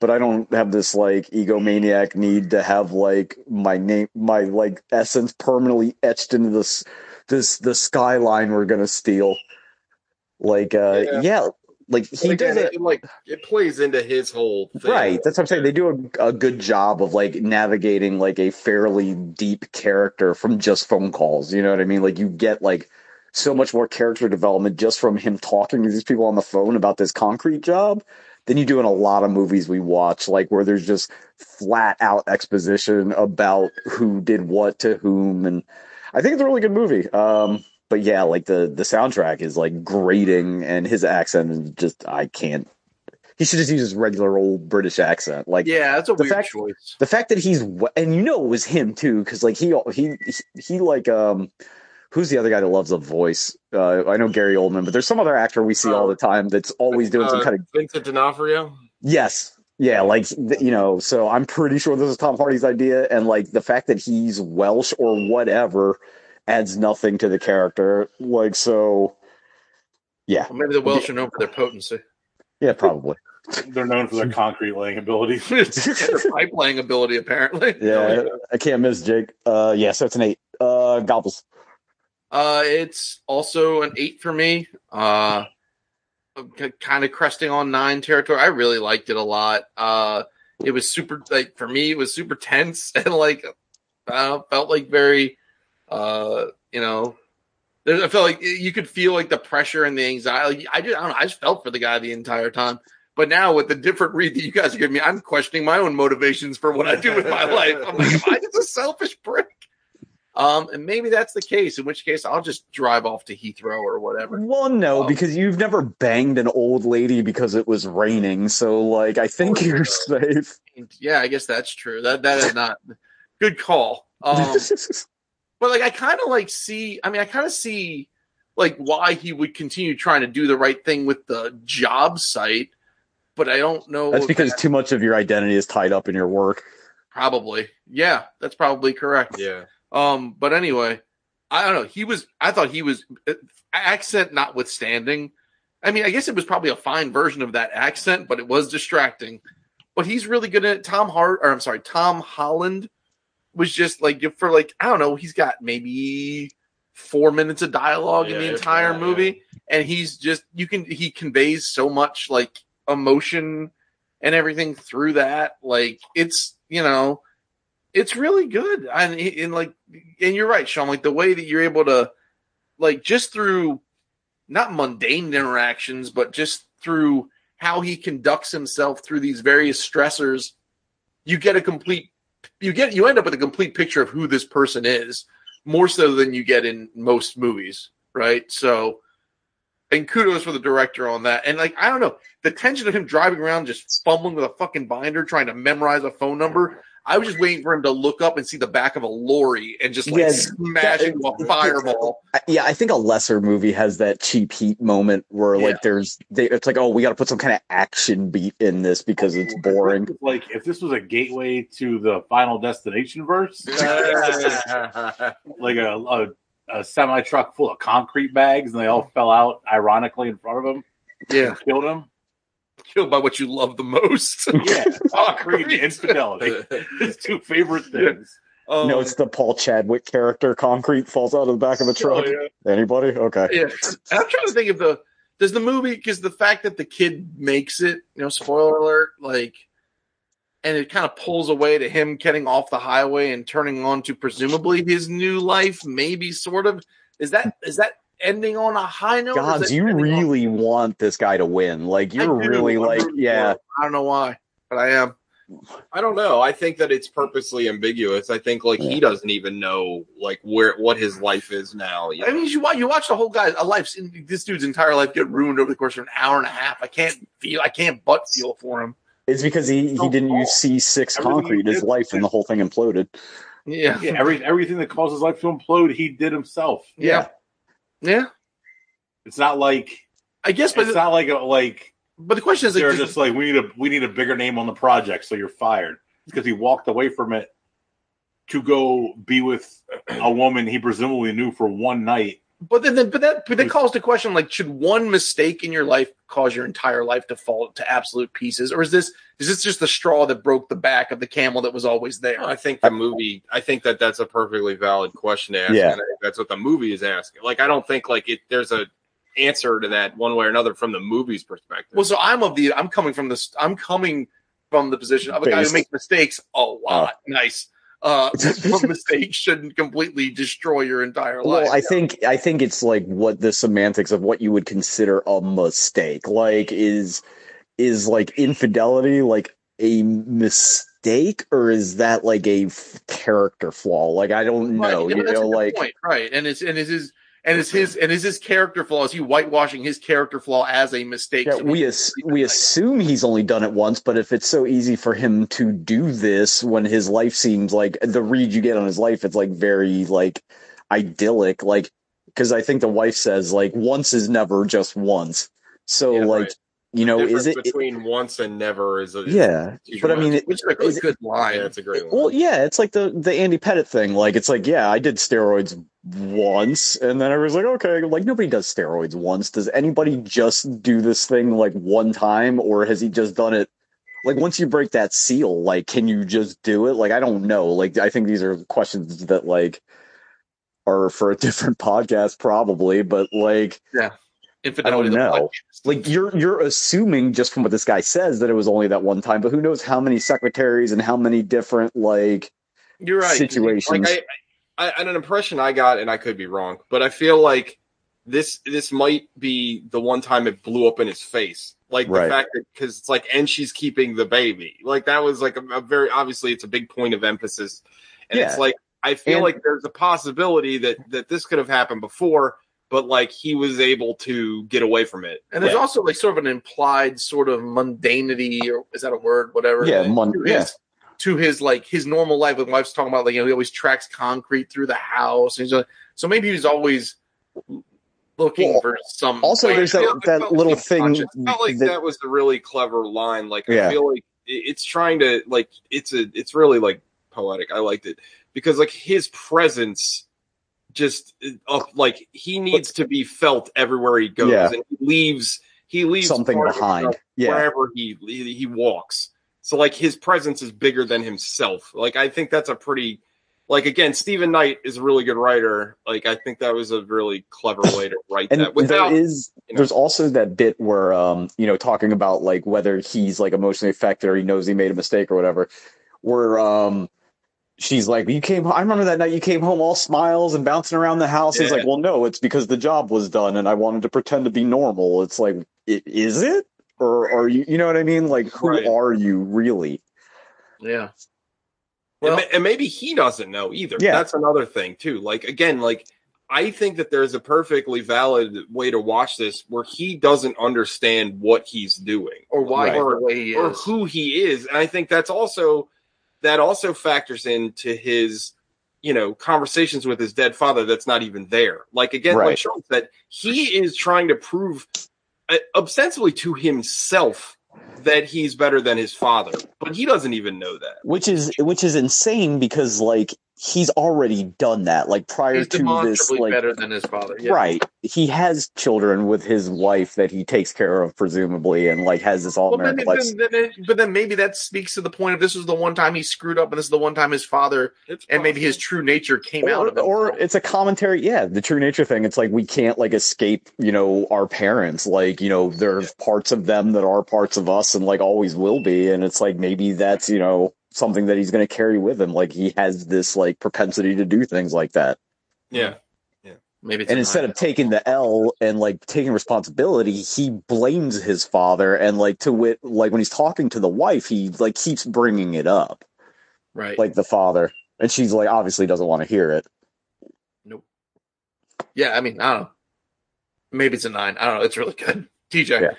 C: But I don't have this like egomaniac need to have like my name, my like essence permanently etched into this, this, the skyline we're gonna steal. Like, uh,
B: Yeah.
C: yeah, like he
B: Like,
C: does
B: and
C: it.
B: it, like it plays into his whole thing.
C: Right. That's what I'm saying. They do a, a good job of like navigating like a fairly deep character from just phone calls. You know what I mean? Like you get like so much more character development just from him talking to these people on the phone about this concrete job than you do in a lot of movies we watch, like where there's just flat out exposition about who did what to whom. And I think it's a really good movie. Um, but yeah, like the the soundtrack is like grating, and his accent is just I can't. He should just use his regular old British accent. Like
A: yeah, that's a
C: the
A: weird
C: fact-
A: choice.
C: the fact that he's wh- and you know it was him too because like he he he like um who's the other guy that loves a voice uh i know gary oldman but there's some other actor we see all the time that's always doing some
B: Uh,
C: kind of
B: Vincent D'Onofrio.
C: yes yeah like th- you know so i'm pretty sure this is tom hardy's idea and like the fact that he's welsh or whatever adds nothing to the character like so
A: Well, maybe the Welsh are known for their potency.
C: yeah probably
E: they're known for their concrete laying abilities.
A: their pipe laying ability, apparently.
C: yeah i can't miss jake uh yeah so it's an eight uh gobbles
A: Uh, it's also an eight for me. Uh, kind of cresting on nine territory. I really liked it a lot. Uh, it was super like for me, it was super tense and like uh, felt like very, uh, you know, there, I felt like you could feel like the pressure and the anxiety. I just, I don't know, I just felt for the guy the entire time. But now with the different read that you guys are giving me, I'm questioning my own motivations for what I do with my life. I'm like, am I just a selfish prick? Um, and maybe that's the case. In which case, I'll just drive off to Heathrow or whatever.
C: Well, no,
A: Oh.
C: because you've never banged an old lady because it was raining. So, like, I think
A: Oh,
C: you're
A: no.
C: safe.
A: Yeah, I guess that's true. That that is not good call. Um, but like, I kind of like see. I mean, I kind of see like why he would continue trying to do the right thing with the job site, but I don't know.
C: That's
A: if
C: because
A: that-
C: too much of your identity is tied up in your work.
A: probably, yeah, that's probably correct.
B: Yeah.
A: Um, but anyway, I don't know. He was. I thought he was uh, accent notwithstanding. I mean, I guess it was probably a fine version of that accent, but it was distracting. But he's really good at it. Tom Hart, or I'm sorry, Tom Holland was just like for like I don't know. He's got maybe four minutes of dialogue in
B: Yeah,
A: the
B: if
A: entire
B: that, yeah.
A: movie, and he's just you can he conveys so much like emotion and everything through that. Like it's you know it's really good and, and like and you're right sean like the way that you're able to like just through not mundane interactions but just through how he conducts himself through these various stressors you get a complete you get you end up with a complete picture of who this person is more so than you get in most movies right so and kudos for the director on that and like i don't know the tension of him driving around just fumbling with a fucking binder trying to memorize a phone number I was just waiting for him to look up and see the back of a lorry and just like
C: Yeah,
A: smash
C: that-
A: into a fireball.
C: I- Yeah, I think a lesser movie has that cheap heat moment where,
A: Yeah.
C: like, there's, they, it's like, oh, we got to put some kind of action beat in this because
A: Oh,
C: it's boring.
E: like if this was a gateway to the Final Destination verse, like a, a, a semi truck full of concrete bags, and they all fell out ironically in front of him,
A: Yeah,
E: killed him.
A: killed by what you love the most.
E: Yeah, concrete and infidelity, his two favorite things.
B: Um,
C: no, it's the Paul Chadwick character. Concrete falls out of the back
A: Oh,
C: of a truck. Anybody? Okay.
A: Yeah. And I'm trying to think of the does the movie because the fact that the kid makes it, you know, spoiler alert, like, and it kind of pulls away to him getting off the highway and turning on to presumably his new life, maybe sort of. Is that is that ending on a high note? or is
C: God,
A: that
C: you
A: ending on-
C: really want this guy to win.
A: I
C: Like you're
A: do.
C: really
A: I'm
C: like,
A: rooting for
C: yeah.
A: it. I don't know why, but I am.
B: I don't know. I think that it's purposely ambiguous. I think like he doesn't even know like where what his life is now. you
A: I
B: know?
A: mean, you watch you watch the whole guy's a life, this dude's entire life get ruined over the course of an hour and a half. I can't feel, I can't but feel for him.
C: It's because he, he
E: No
C: didn't
E: fault.
C: use C six
E: Everything he
C: concrete his
E: did-
C: life and the whole thing imploded.
A: Yeah,
E: Yeah, every, everything that caused his life to implode, he did himself.
A: yeah, yeah.
E: It's not like
A: I guess, but
E: it's not like a, like
A: but the question is, like,
E: they're
A: does-
E: just like we need a we need a bigger name on the project, so you're fired because he walked away from it to go be with a woman he presumably knew for one night.
A: But then, then but that but that
E: Who's-
A: calls the question: like, should one mistake in your life cause your entire life to fall to absolute pieces, or is this is this just the straw that broke the back of the camel that was always there?
B: I think the movie. I think that that's a perfectly valid question to ask.
C: Yeah.
B: and I think that's what the movie is asking. Like, I don't think like it. There's a answer to that one way or another from the movie's perspective.
A: well, so I'm of the I'm coming from this I'm coming from the position of a guy who
C: Based.
A: makes mistakes a lot. Nice. Uh, but mistakes shouldn't completely destroy your entire life.
C: Well, I think I think it's like what the semantics of what you would consider a mistake. Like is is like infidelity like a mistake or is that like a f- character flaw? Like I don't
A: Right,
C: know.
A: yeah,
C: You
A: but that's
C: know,
A: a good
C: like
A: point, right? And it's and it's his and it's his and it's his character flaw. Is he whitewashing his character flaw as a mistake?
C: Yeah,
A: so he
C: we
A: can
C: as,
A: sleep at
C: we
A: night?
C: assume he's only done it once, but if it's so easy for him to do this when his life seems like the read you get on his life, it's like very like idyllic, like because I think the wife says like once is never just once. So
B: Yeah,
C: like
B: right.
C: you know, is
B: difference
C: it? it-
B: between once and never is a,
C: yeah,
B: is
C: but I mean, it,
A: which is a good,
C: is it-
A: good
B: yeah,
A: line.
B: it's a great
C: well,
B: one.
C: yeah, it's like the the Andy Pettit thing. Like it's like yeah, I did steroids once, and then everyone's like, okay, like nobody does steroids once. Does anybody just do this thing like one time, or has he just done it? Like once you break that seal, like can you just do it? Like I don't know. Like I think these are questions that like are for a different podcast probably, but like I
A: Infidelity.
C: don't
A: is a
C: know.
A: podcast.
C: Like you're you're assuming just from what this guy says that it was only that one time, but who knows how many secretaries and how many different like
A: you're right.
C: situations.
B: Like I, I, I, an impression I got, and I could be wrong, but I feel like this this might be the one time it blew up in his face. Like
C: Right.
B: the fact that because it's like, and she's keeping the baby. Like that was like a, a very obviously it's a big point of emphasis, and
C: Yeah.
B: it's like I feel
C: And-
B: like there's a possibility that that this could have happened before, but like he was able to get away from it.
A: And there's
C: Yeah.
A: also like sort of an implied sort of mundanity, or is that a word? Whatever.
B: uh,
C: yeah, mon-
A: To his,
C: yeah,
A: to his like his normal life. When wife's talking about like you know he always tracks concrete through the house, and he's like, so maybe he's always looking
C: Well,
A: for some.
C: also
A: like,
C: there's
B: I
C: that-
B: felt- I
C: that
B: felt
C: little
B: like-
C: thing
B: I felt like
C: that-
B: that, was the really clever line. Like
C: Yeah.
B: I feel like it- it's trying to like it's a it's really like poetic. I liked it because like his presence just uh, up like he needs to be felt everywhere he goes
C: Yeah.
B: and he leaves he leaves
C: something
B: part of
C: behind.
B: himself
C: Yeah,
B: wherever he he walks. So like his presence is bigger than himself. Like I think that's a pretty like again Stephen Knight is a really good writer. Like I think that was a really clever way to write
C: and
B: that without
C: there is
B: you know.
C: there's also that bit where um you know talking about like whether he's like emotionally affected or he knows he made a mistake or whatever, where um. She's like, you came. I remember that night you came home all smiles and bouncing around the house. He's
B: Yeah.
C: like, well, no, it's because the job was done and I wanted to pretend to be normal. It's like, i- is it or are you? You know what I mean? Like, who
B: Right.
C: are you really?
A: yeah.
B: And
A: Well-
B: ma- and maybe he doesn't know either.
C: Yeah.
B: That's another thing too. Like again, like I think that there's a perfectly valid way to watch this where he doesn't understand what he's doing
A: Or why
C: Right.
A: he's the way he
B: or
A: is.
B: who he is. And I think that's also that also factors into his you know conversations with his dead father that's not even there. Like again,
C: Right.
B: like Sean said, he is trying to prove uh, ostensibly to himself that he's better than his father, but he doesn't even know that.
C: which is which is insane because like he's already done that. Like prior
A: He's
C: to this,
A: demonstrably
C: like
A: better than his father. Yeah.
C: right, he has children with his wife that he takes care of, presumably, and like has this all
A: Well, then,
C: American life.
A: then, then, but then maybe that speaks to the point of this was the one time he screwed up, and this is the one time his father
B: It's
A: and maybe
B: possible.
A: his true nature came out of
C: Or,
A: him.
C: or it's a commentary, yeah, the true nature thing. It's like we can't like escape, you know, our parents. Like, you know, there's parts of them that are parts of us, and like always will be. And it's like maybe that's you know something that he's going to carry with him. Like he has this like propensity to do things like that.
B: yeah.
A: maybe it's
C: and
A: an
C: instead
A: eye.
C: of taking the L and like taking responsibility, he blames his father and like to wit, like when he's talking to the wife, he like keeps bringing it up,
A: right,
C: like the father, and she's like obviously doesn't want to hear it.
A: yeah, I mean, I don't know. Maybe it's a nine. I don't know. It's really good. TJ,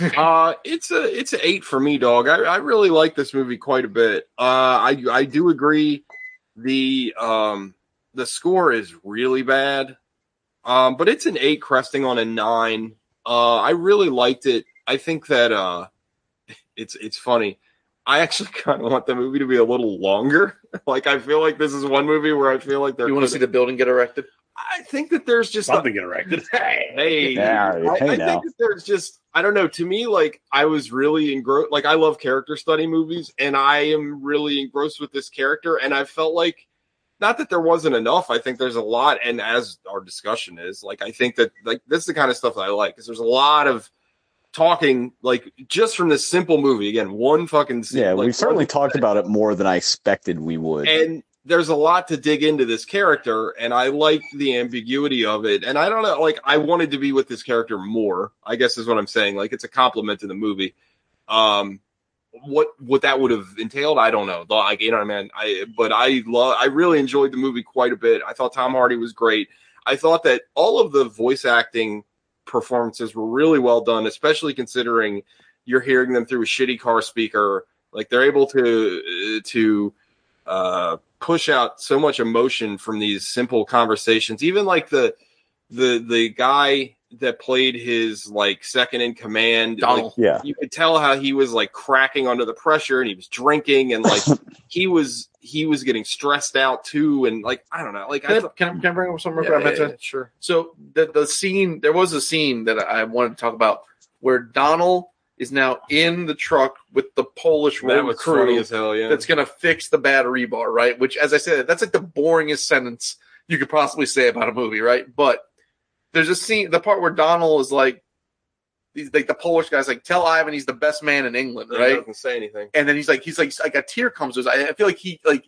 C: Yeah.
B: uh it's a it's an eight for me dog I, I really like this movie quite a bit uh i i do agree the um the score is really bad um but it's an eight cresting on a nine uh i really liked it i think that uh it's it's funny i actually kind of want the movie to be a little longer like i feel like this is one movie where i feel like they're
A: you want to see the building get erected?
B: i think that there's just a-
E: Something get erected.
B: Hey,
C: Yeah,
B: I,
C: hey
B: I
C: now.
B: think that there's just I don't know. To me, like I was really engrossed. Like I love character study movies, and I am really engrossed with this character. And I felt like not that there wasn't enough. I think there's a lot, and as our discussion is, like I think that like this is the kind of stuff that I like. Because there's a lot of talking, like just from this simple movie. Again, one fucking scene.
C: Yeah,
B: like,
C: we've certainly
B: one-
C: talked about it more than I expected we would.
B: and there's a lot to dig into this character and i like the ambiguity of it and i don't know like i wanted to be with this character more i guess is what i'm saying like it's a compliment to the movie um what what that would have entailed i don't know like you know what i mean i but i love i really enjoyed the movie quite a bit i thought tom hardy was great i thought that all of the voice acting performances were really well done especially considering you're hearing them through a shitty car speaker like they're able to to uh, push out so much emotion from these simple conversations. Even like the the the guy that played his like second in command, like,
A: Donald.
C: yeah,
B: you could tell how he was like cracking under the pressure and he was drinking and like he was he was getting stressed out too and like I don't know like I
A: Can I,
B: thought-
A: can, I, can I bring up something? real
B: Yeah,
A: quick? I
B: yeah,
A: meant to-
B: yeah, sure
A: So the the scene there was a scene that I wanted to talk about where Donald is now in the truck with the Polish
B: that
A: road
B: was
A: crew
B: funny as hell yeah
A: that's going to fix the battery bar, right? Which, as I said, that's like the boringest sentence you could possibly say about a movie, right? But there's a scene, the part where Donald is like, he's like the Polish guy's like, tell Ivan he's the best man in England,
B: He
A: right?
B: doesn't say anything
A: and then he's like he's like like a tear comes to his eye. I feel like he like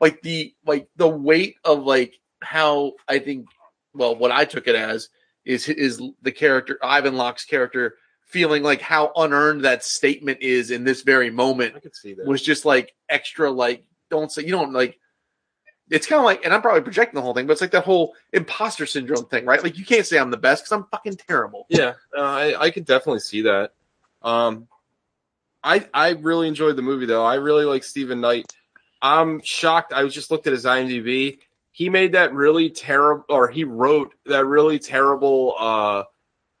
A: like the like the weight of like how I think well what I took it as is is the character Ivan Locke's character feeling like how unearned that statement is in this very moment
B: I could see that
A: was just like extra like don't say you don't like it's kind of like and I'm probably projecting the whole thing but it's like that whole imposter syndrome thing right like you can't say I'm the best because I'm fucking terrible
B: Yeah, uh, I, I could definitely see that. Um, I I really enjoyed the movie though. I really like Stephen Knight. I'm shocked. I was just looked at his IMDb. He made that really terrible, or he wrote that really terrible. Uh,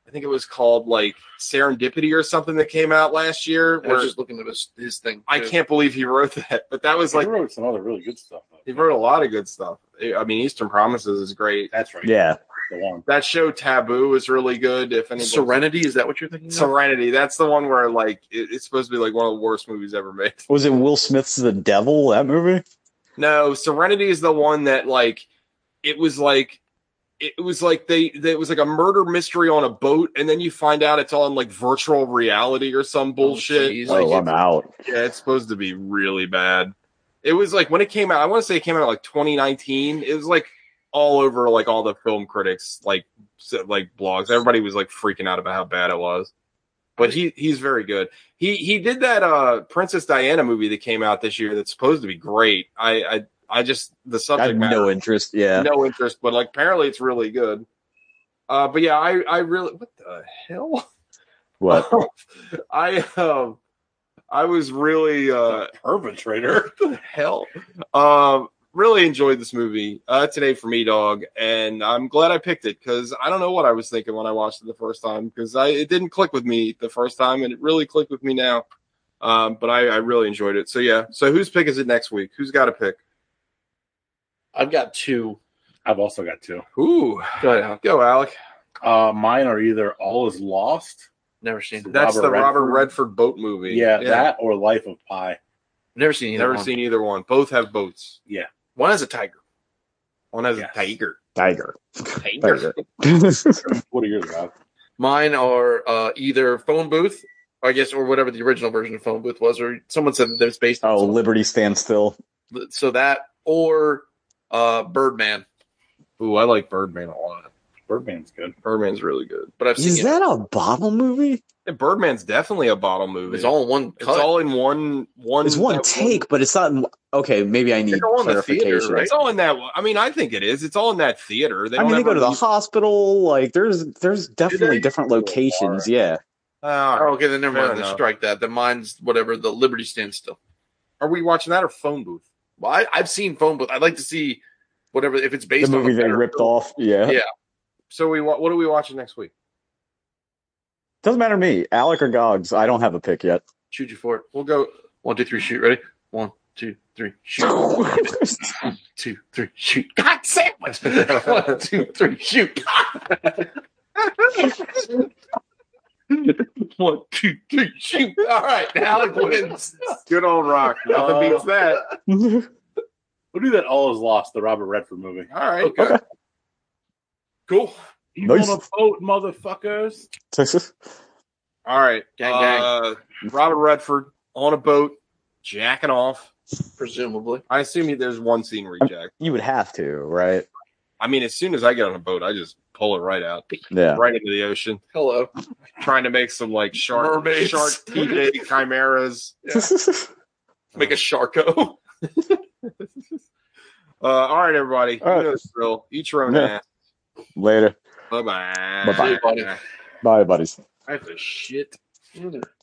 B: I think it was called like Serendipity or something that came out last year.
A: I was
B: Where
A: just looking at his, his thing
B: I
A: too.
B: can't believe he wrote that, but that was
E: He
B: like
E: wrote some other really good stuff. though.
B: he wrote a lot of good stuff. I mean, Eastern Promises is great.
E: That's right.
C: yeah,
E: The one.
B: That show Taboo is really good. If anybody
A: Serenity is that what you're thinking of?
B: Serenity. That's the one where like it, it's supposed to be like one of the worst movies ever made.
C: was it Will Smith's The Devil that movie?
B: No, Serenity is the one that like it was like it was like they it was like a murder mystery on a boat, and then you find out it's all in like virtual reality or some bullshit.
A: jeez.
B: Like,
C: Oh, I'm out.
B: yeah, it's supposed to be really bad. It was like when it came out. I want to say it came out like 2019. It was like all over like all the film critics like s- like blogs. Everybody was like freaking out about how bad it was. But he he's very good. He he did that uh Princess Diana movie that came out this year that's supposed to be great. I I, I just the
C: I
B: subject
C: have
B: matter
C: no interest. Yeah,
B: no interest, but like apparently it's really good. Uh, but yeah, I I really what the hell?
C: what?
B: I um I was really uh
E: Perpetrator.
B: the hell? Um, really enjoyed this movie. Uh, today for me, dog, and I'm glad I picked it because I don't know what I was thinking when I watched it the first time because I it didn't click with me the first time, and it really clicked with me now. Um, but I, I really enjoyed it. So yeah. So whose pick is it next week? Who's got a pick?
A: I've got two.
E: I've also got two.
B: Ooh,
A: Go ahead, Al.
B: go Alec.
E: Uh, mine are either All Is Lost.
A: Never seen.
B: That's
E: Robert
B: the Robert
E: Redford.
B: Redford boat movie.
E: Yeah, that or Life of Pi.
A: Never seen. Either
B: Never
A: one.
B: seen either one. Both have boats.
A: One is a tiger.
B: One has
E: Yes.
B: a tiger.
C: Tiger.
B: Tiger.
C: Tiger. That's
E: What are yours, Rob?
A: Mine are uh, either phone booth, I guess, or whatever the original version of phone booth was, or someone said that there's based. on
C: oh,
A: something.
C: Liberty stands still.
A: so that or uh, Birdman.
B: Ooh, I like Birdman a lot.
E: Birdman's good.
B: Birdman's really good.
A: But I've seen
C: Is
A: it.
C: that a bottle movie?
B: And Birdman's definitely a bottle movie.
A: It's all in one
B: It's
A: cut.
B: all in one one.
C: It's one
B: that
C: take, but it's not. in- Okay, maybe I need
A: They're all in the theater,
C: clarification.
A: right?
B: It's all in that. one- I mean, I think it is. It's all in that theater. They
C: I mean,
B: don't
C: they go
B: ever
C: to the
B: leave-
C: hospital. Like, there's there's definitely different
E: Go to a
C: locations.
E: bar.
C: Yeah.
B: Ah,
A: Oh, okay, then never
B: Fair
A: mind. Then
B: enough.
A: strike that. Then mine's whatever the Liberty stands still.
B: Are we watching that or Phone Booth?
A: Well, I, I've seen phone booth. I'd like to see whatever if it's
C: The
A: based on
C: movie
A: the
C: they
A: better-
C: ripped off. Yeah.
A: Yeah.
B: So we wa- what are we watching next week?
C: Doesn't matter to me. Alec or Gogs. I don't have a pick yet.
A: Shoot you for it.
B: We'll go.
A: One, two, three, shoot. Ready? One, two, three, shoot.
C: That's
A: two, three, shoot. God sandwich. One, two, three, shoot. One, two, three, shoot. All right, Alec wins.
B: Good old rock. Nothing
E: Uh,
B: beats that.
E: We'll do that All Is Lost, the Robert Redford movie.
B: All right.
A: Okay.
B: good.
A: Cool.
E: You
C: Nice.
E: on a boat, motherfuckers.
B: All right.
A: Gang, gang.
B: Uh, Robert Redford on a boat, jacking off.
A: Presumably.
B: I assume he- there's one scene where he jacks.
C: you would have to, right?
B: I mean, as soon as I get on a boat, I just pull it right out,
C: Yeah.
B: right into the ocean,
A: Hello.
B: trying to make some like shark
A: Mermaids.
B: shark TJ chimeras.
A: Make a Sharko.
B: Uh, all right, everybody.
C: All
B: You
C: right.
B: know the drill. Eat your own
C: Yeah.
B: ass.
C: Later.
B: Bye bye.
C: Bye-bye.
A: buddy.
C: Bye, buddies.
B: I have a shit.
A: You're the